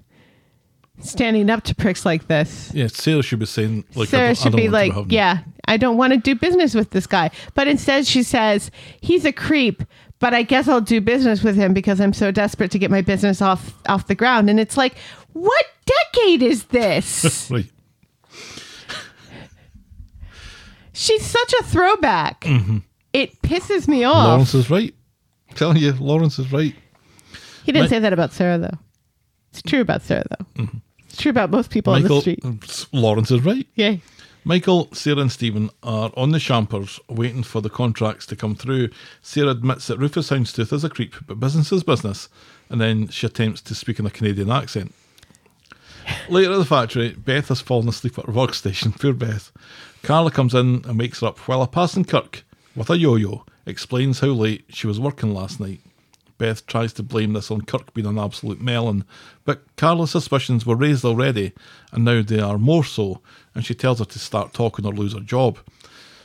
standing up to pricks like this
Yeah, Sarah should be saying, like, I
Sarah
don't, I
should
don't
be
want to
like,
have him.
yeah, I don't want to do business with this guy. But instead, she says, he's a creep, but I guess I'll do business with him because I'm so desperate to get my business off off the ground. And it's like, what decade is this?
Right.
She's such a throwback.
Mm-hmm.
It pisses me off.
Lawrence is right. Telling you, Lawrence is right.
he didn't
Mi-
say that about Sarah, though. It's true about Sarah, though. It's true about most people on the
Mm-hmm. Michael, Mm.
street.
Lawrence is right.
Yeah.
Michael, Sarah, and Stephen are on the champers waiting for the contracts to come through. Sarah admits that Rufus Houndstooth is a creep, but business is business, and then she attempts to speak in a Canadian accent. Later at the factory, Beth has fallen asleep at her workstation. Poor Beth. Carla comes in and wakes her up while a passing Kirk, with a yo yo, explains how late she was working last night. Beth tries to blame this on Kirk being an absolute melon, but Carla's suspicions were raised already, and now they are more so, and she tells her to start talking or lose her job.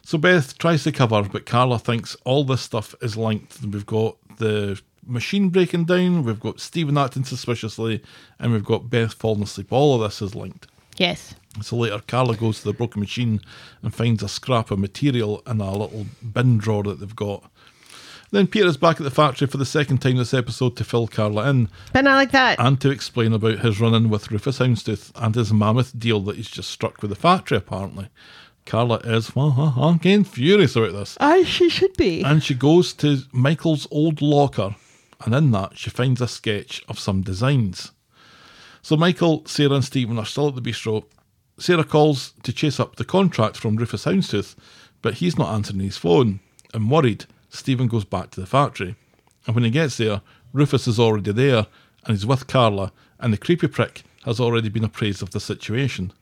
So Beth tries to cover, but Carla thinks all this stuff is linked. We've got the machine breaking down, we've got Stephen acting suspiciously, and we've got Beth falling asleep. All of this is linked.
Yes.
So later, Carla goes to the broken machine and finds a scrap of material in a little bin drawer that they've got. Then Peter is back at the factory for the second time this episode to fill Carla in
But not like that.
and to explain about his run in with Rufus Houndstooth and his mammoth deal that he's just struck with the factory, apparently. Carla is fucking furious about this.
As she should be.
And she goes to Michael's old locker, and in that she finds a sketch of some designs. So Michael, Sarah, and Stephen are still at the bistro. Sarah calls to chase up the contract from Rufus Houndstooth, but he's not answering his phone. And worried, Stephen goes back to the factory. And when he gets there, Rufus is already there and he's with Carla, and the creepy prick has already been appraised of the situation.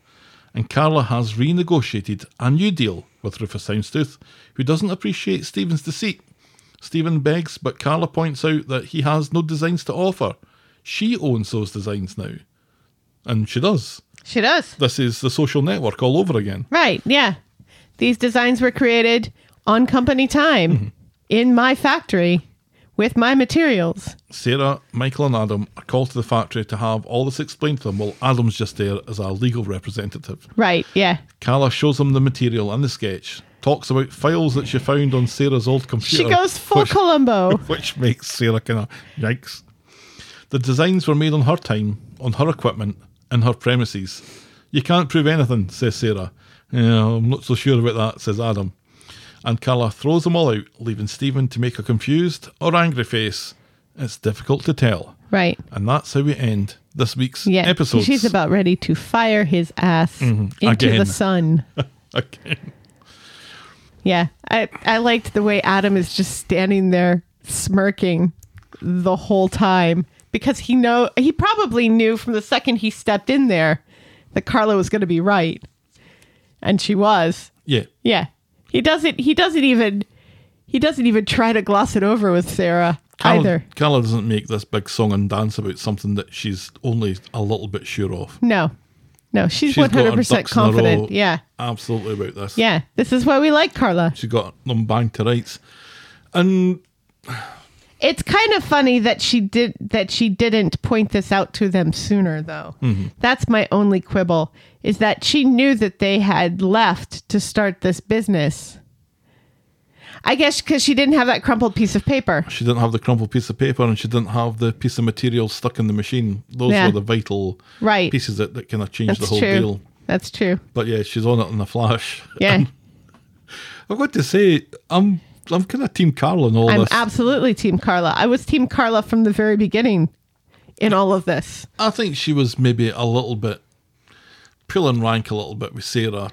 And Carla has renegotiated a new deal with Rufus Houndstooth, who doesn't appreciate Stephen's deceit. Stephen begs, but Carla points out that he has no designs to offer. She owns those designs now. And she does.
She does.
This is the social network all over again.
Right. Yeah. These designs were created on company time in my factory with my materials.
Sarah, Michael, and Adam are called to the factory to have all this explained to them, while Adam's just there as our legal representative.
Right. Yeah.
Carla shows them the material and the sketch, talks about files that she found on Sarah's old
She
computer.
goes full
which,
Columbo.
which makes Sarah kind of yikes. The designs were made on her time, on her equipment, in her premises. You can't prove anything, says Sarah. Yeah, I'm not so sure about that, says Adam. And Carla throws them all out, leaving Stephen to make a confused or angry face. It's difficult to tell.
Right.
And that's how we end this week's
Yeah.
episode.
She's about ready to fire his ass into
Again.
the sun.
okay.
Yeah. I, I liked the way Adam is just standing there smirking the whole time because he know he probably knew from the second he stepped in there that Carla was going to be right. And she was.
Yeah.
Yeah. He doesn't he doesn't even he doesn't even try to gloss it over with Sarah
Carla,
either.
Carla doesn't make this big song and dance about something that she's only a little bit sure of.
No. No, she's
She's
one
got her
hundred percent
ducks in a row.
confident. Yeah.
Absolutely about this.
Yeah. This is why we like Carla.
She got them banged to rights. And
It's kind of funny that she did that she didn't point this out to them sooner though.
Mm-hmm.
That's my only quibble is that she knew that they had left to start this business. I guess cuz she didn't have that crumpled piece of paper.
she didn't have the crumpled piece of paper and she didn't have the piece of material stuck in the machine. Those
Yeah.
were the vital
Right.
pieces that, that kind of changed
That's
the whole
true.
deal.
That's true.
But yeah, she's on it in a flash.
Yeah.
I've got to say, I'm I'm kind of Team Carla in all
I'm
this.
absolutely Team Carla. I was Team Carla from the very beginning in all of this.
I think she was maybe a little bit pulling rank a little bit with Sarah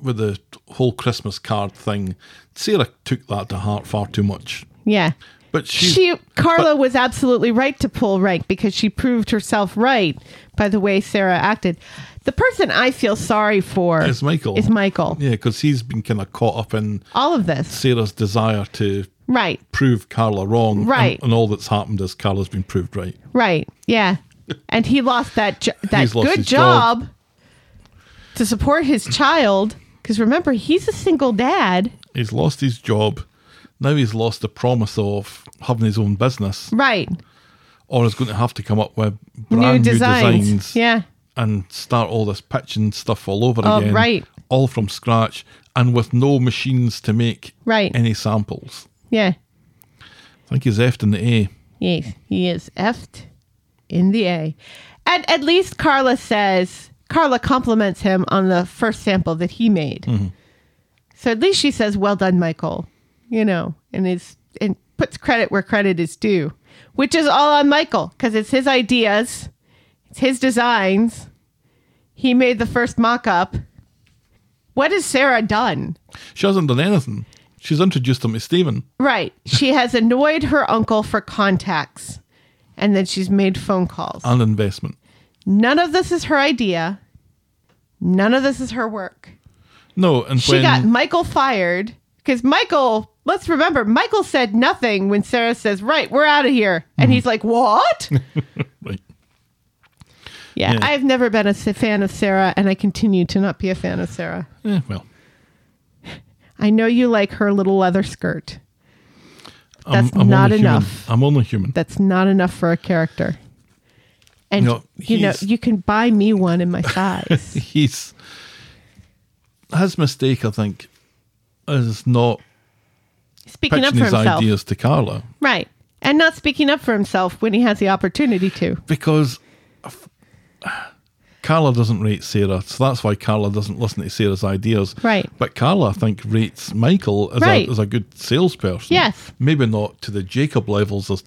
with the whole Christmas card thing. Sarah took that to heart far too much.
Yeah.
But she,
She Carla
but-
was absolutely right to pull rank because she proved herself right by the way Sarah acted. The person I feel sorry for
It's Michael.
Is Michael.
yeah, because he's been kind of caught up in
All of this.
Sarah's desire to
Right.
prove Carla wrong. and-
Right.
And, all that's happened is Carla's been proved right.
Right. Yeah. And he lost that jo- that
He's lost
good
his job.
job, to support his child cuz remember he's a single dad.
He's lost his job. Now he's lost the promise of having his own business
Right.
or is going to have to come up with brand new designs.
Yeah.
and start all this pitching stuff all over
Oh,
again,
right.
All from scratch and with no machines to make
Right.
any samples.
Yeah.
I think he's effed in the A.
Yes, he is effed in the A. At at least Carla says Carla compliments him on the first sample that he made. So at least she says, "Well done, Michael," you know, and is and puts credit where credit is due, which is all on Michael because it's his ideas, it's his designs. He made the first mock-up. What has Sarah done?
She hasn't done anything. She's introduced him to Stephen.
Right. She has annoyed her uncle for contacts. And then she's made phone calls.
and investment.
None of this is her idea. None of this is her work.
No, and
She
when
got Michael fired because Michael, let's remember, Michael said nothing when Sarah says, Right, we're out of here.
Mm-hmm.
And he's like, What?
right.
Yeah,
Yeah.
I've never been a s- fan of Sarah, and I continue to not be a fan of Sarah.
Yeah, well,
I know you like her little leather skirt. That's
I'm, I'm
not
only
enough.
Human. I'm only human.
That's not enough for a character. And
No,
you know,
he's-
you can buy me one in my size.
He's his mistake. I think is not
Speaking up
pitching
for
his
himself.
ideas to Carla
Right. And not speaking up for himself when he has the opportunity to.
because. if- Carla doesn't rate Sarah, so that's why Carla doesn't listen to Sarah's ideas.
Right.
But Carla, I think, rates Michael as,
Right.
a, as a good salesperson.
Yes.
Maybe not to the Jacob levels of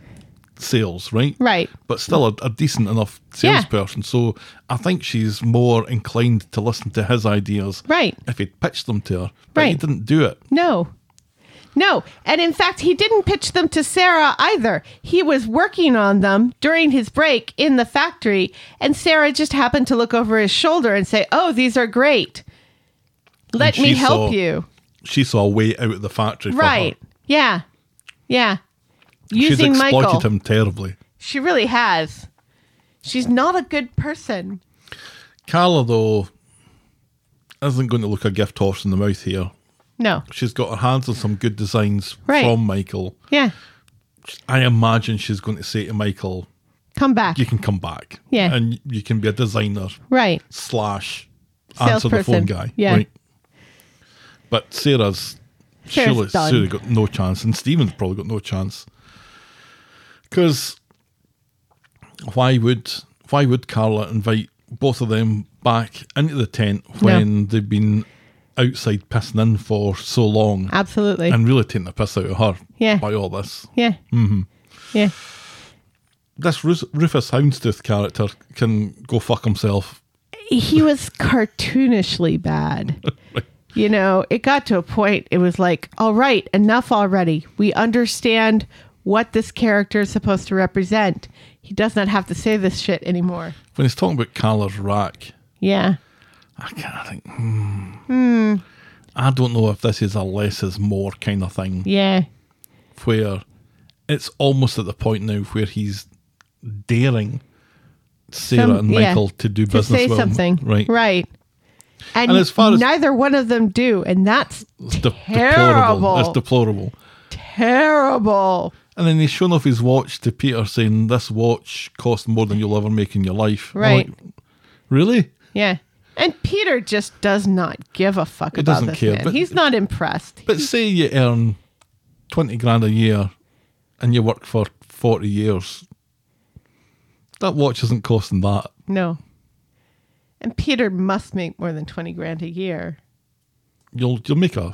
sales, right?
Right.
But still a, a decent enough
Yeah.
salesperson. So I think she's more inclined to listen to his ideas
Right.
if he'd pitched them to her. But he
Right.
didn't do it.
No. No. And in fact, he didn't pitch them to Sarah either. He was working on them during his break in the factory, and Sarah just happened to look over his shoulder and say, Oh, these are great. Let
And
me
she
help
saw-
you.
She saw a way out of the factory. for her.
Right. Yeah. Yeah.
She's
Using
exploited
Michael.
him terribly.
She really has. She's not a good person.
Carla, though, isn't going to look a gift horse in the mouth here.
No.
She's got her hands on some good designs
Right.
from Michael.
Yeah.
I imagine she's going to say to Michael,
Come back.
"You can come back,
Yeah.
and you can be a designer
Right.
slash answer the phone
Salesperson.
guy,
Yeah.
right?" But Sarah's,
Sarah's
Sarah's
done.
Sarah got no chance, and Stephen's probably got no chance because why would why would Carla invite both of them back into the tent when they've been outside pissing in for so long?
Absolutely.
And really taking the piss out of her
Yeah.
by all this.
yeah. Mm-hmm. Yeah.
this Rus- Rufus Houndstooth character can go fuck himself.
he was cartoonishly bad. You know, it got to a point, it was like, all right, enough already. We understand what this character is supposed to represent. He does not have to say this shit anymore.
When he's talking about Carla's rack,
Yeah.
I can't think. Hmm. I don't know if this is a less is more kind of thing
Yeah.
where it's almost at the point now where he's daring Sarah
Some-
and
yeah,
Michael to do
To
business
say
with him.
something.
Right.
Right. And,
And as far as-
neither one of them do. And that's
It's de-
Terrible.
deplorable. It's deplorable.
terrible.
And then he's shown off his watch to Peter saying, This watch costs more than you'll ever make in your life. I'm
Right.
like, really?
Yeah. And Peter just does not give a fuck
He
about
doesn't
this
care,
man.
but-
He's not impressed.
But say you earn twenty grand a year and you work for forty years. That watch isn't costing that.
No. And Peter must make more than 20 grand a year.
You'll you'll make a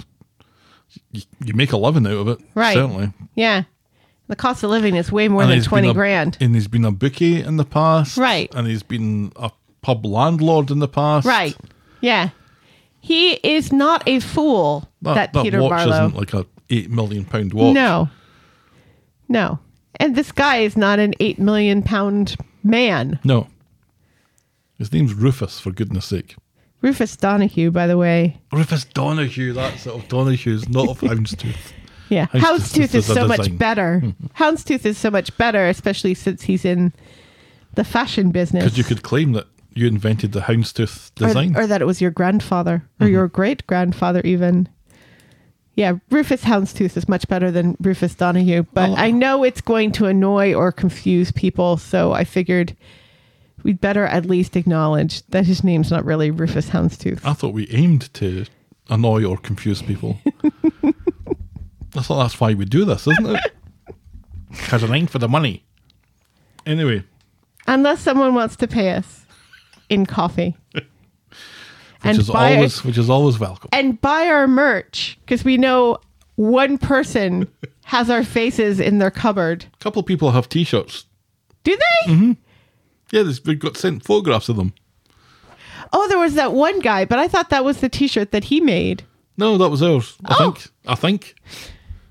you, you make a living out of it.
Right.
Certainly.
Yeah. The cost of living is way more
And
than
he's been
20
a-
grand.
And he's been a bookie in the past.
Right.
And he's been a pub landlord in the past.
Right. Yeah. He is not a fool, that, Peter
watch
Barlow.
isn't like a eight million pound watch.
No. No. And this guy is not an 8 million pound man.
No. His name's Rufus, for goodness sake.
Rufus Donahue, by the way.
Rufus Donahue, that's it. of Donahue's, not of Houndstooth.
Yeah.
Houndstooth
Houndstooth is
is a
so much
design.
better.
Hmm.
Houndstooth is so much better, especially since he's in the fashion business.
Because you could claim that you invented the houndstooth
Or-
design. Mm-hmm.
Or, that it was your grandfather or your great grandfather, even. Yeah, Rufus Houndstooth is much better than Rufus Donahue, but
Oh.
I know it's going to annoy or confuse people, so I figured we'd better at least acknowledge that his name's not really Rufus Houndstooth.
I thought we aimed to annoy or confuse people. I thought that's why we do this, isn't it? Because I'm in for the money. Anyway,
Unless someone wants to pay us in coffee.
which is
buy-
always which is always welcome.
and buy our merch because we know one person has our faces in their cupboard.
A couple of people have T-shirts.
Do they?
Yeah, there's- we got sent photographs of them.
Oh, there was that one guy, but I thought that was the T-shirt that he made.
No, that was ours. I
Oh.
think. I think.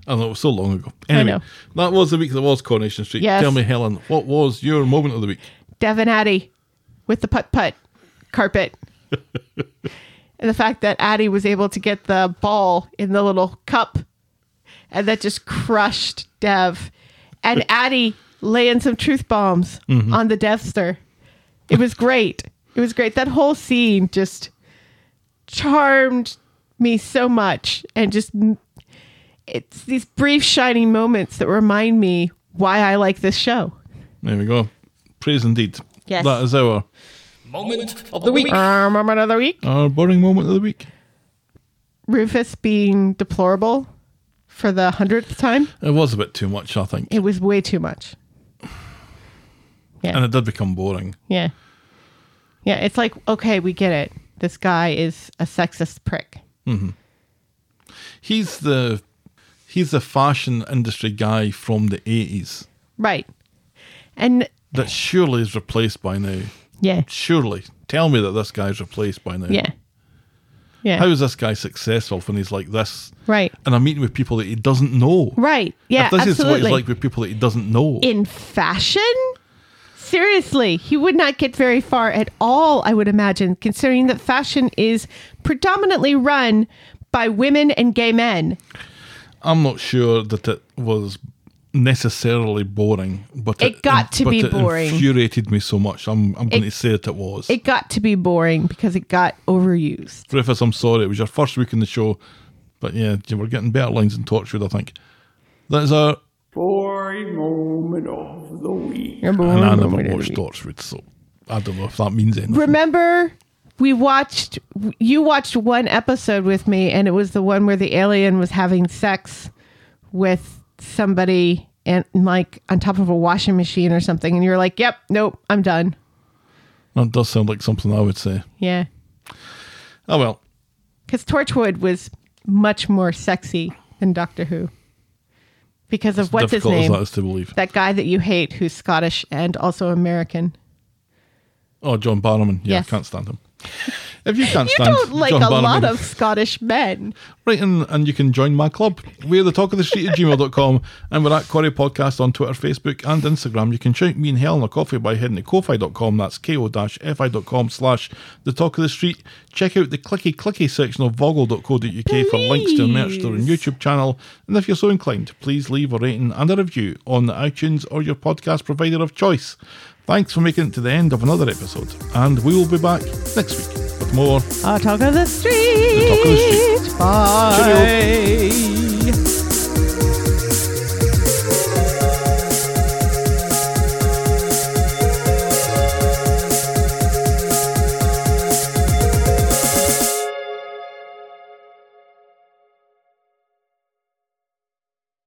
I know it was so long ago. Anyway,
know.
that was the week that was Coronation Street.
Yes.
Tell me, Helen, what was your moment of the week?
Devin Addy with the putt putt carpet, and the fact that Addy was able to get the ball in the little cup, and that just crushed Dev, and Addy laying some truth bombs on the Devster. It was great. It was great. That whole scene just charmed me so much, and just it's these brief shining moments that remind me why I like this show.
There we go. Praise indeed.
Yes.
That is our
Um, moment of the week.
our boring moment of the week.
Rufus being deplorable for the hundredth time,
It was a bit too much, I think,
it was way too much.
and it did become boring.
Yeah. Yeah. It's like, okay, we get it. This guy is a sexist prick.
He's the he's the fashion industry guy from the eighties
Right. And
that surely is replaced by now.
yeah.
Surely, tell me that this guy's replaced by now.
Yeah. Yeah.
How is this guy successful when he's like this?
Right.
And I'm meeting with people that he doesn't know.
Right. Yeah.
if this
absolutely.
is what he's like with people that he doesn't know.
in fashion? Seriously, he would not get very far at all, I would imagine, considering that fashion is predominantly run by women and gay men.
I'm not sure that it was necessarily boring, but
It got to
but
be
it
boring.
Infuriated me so much. I'm I'm going to say that it was.
It got to be boring because it got overused.
Griffiths, I'm sorry, it was your first week in the show, but yeah, you were getting better lines in Torchwood, I think. That's our
Boring moment of the week.
and I never watched Torchwood, so I don't know if that means anything.
Remember, we watched, you watched one episode with me, and it was the one where the alien was having sex with somebody and like on top of a washing machine or something. And you're like, yep, nope, I'm done.
that does sound like something I would say.
Yeah.
Oh well.
because Torchwood was much more sexy than Doctor Who because of what's his
difficult
name,
as that is to believe.
that guy that you hate who's Scottish and also American.
Oh, John Barrowman. Yeah,
Yes.
I can't stand him. If you can't
You
stand
don't like
John
a lot
Barrowman,
of Scottish men.
Right, and, and you can join my club. We're the talk of the street at gmail.com and we're at Corey Podcast on Twitter, Facebook, and Instagram. You can shout me and Helen a coffee by heading to kofi.com. That's ko fi.com slash the talk of the street. Check out the clicky clicky section of vogle.co.uk for links to our merch store and YouTube channel. And if you're so inclined, please leave a rating and a review on the iTunes or your podcast provider of choice. Thanks for making it to the end of another episode, and we will be back next week with more.
I'll talk of the street.
The talk of the street.
Bye.
Cheerio.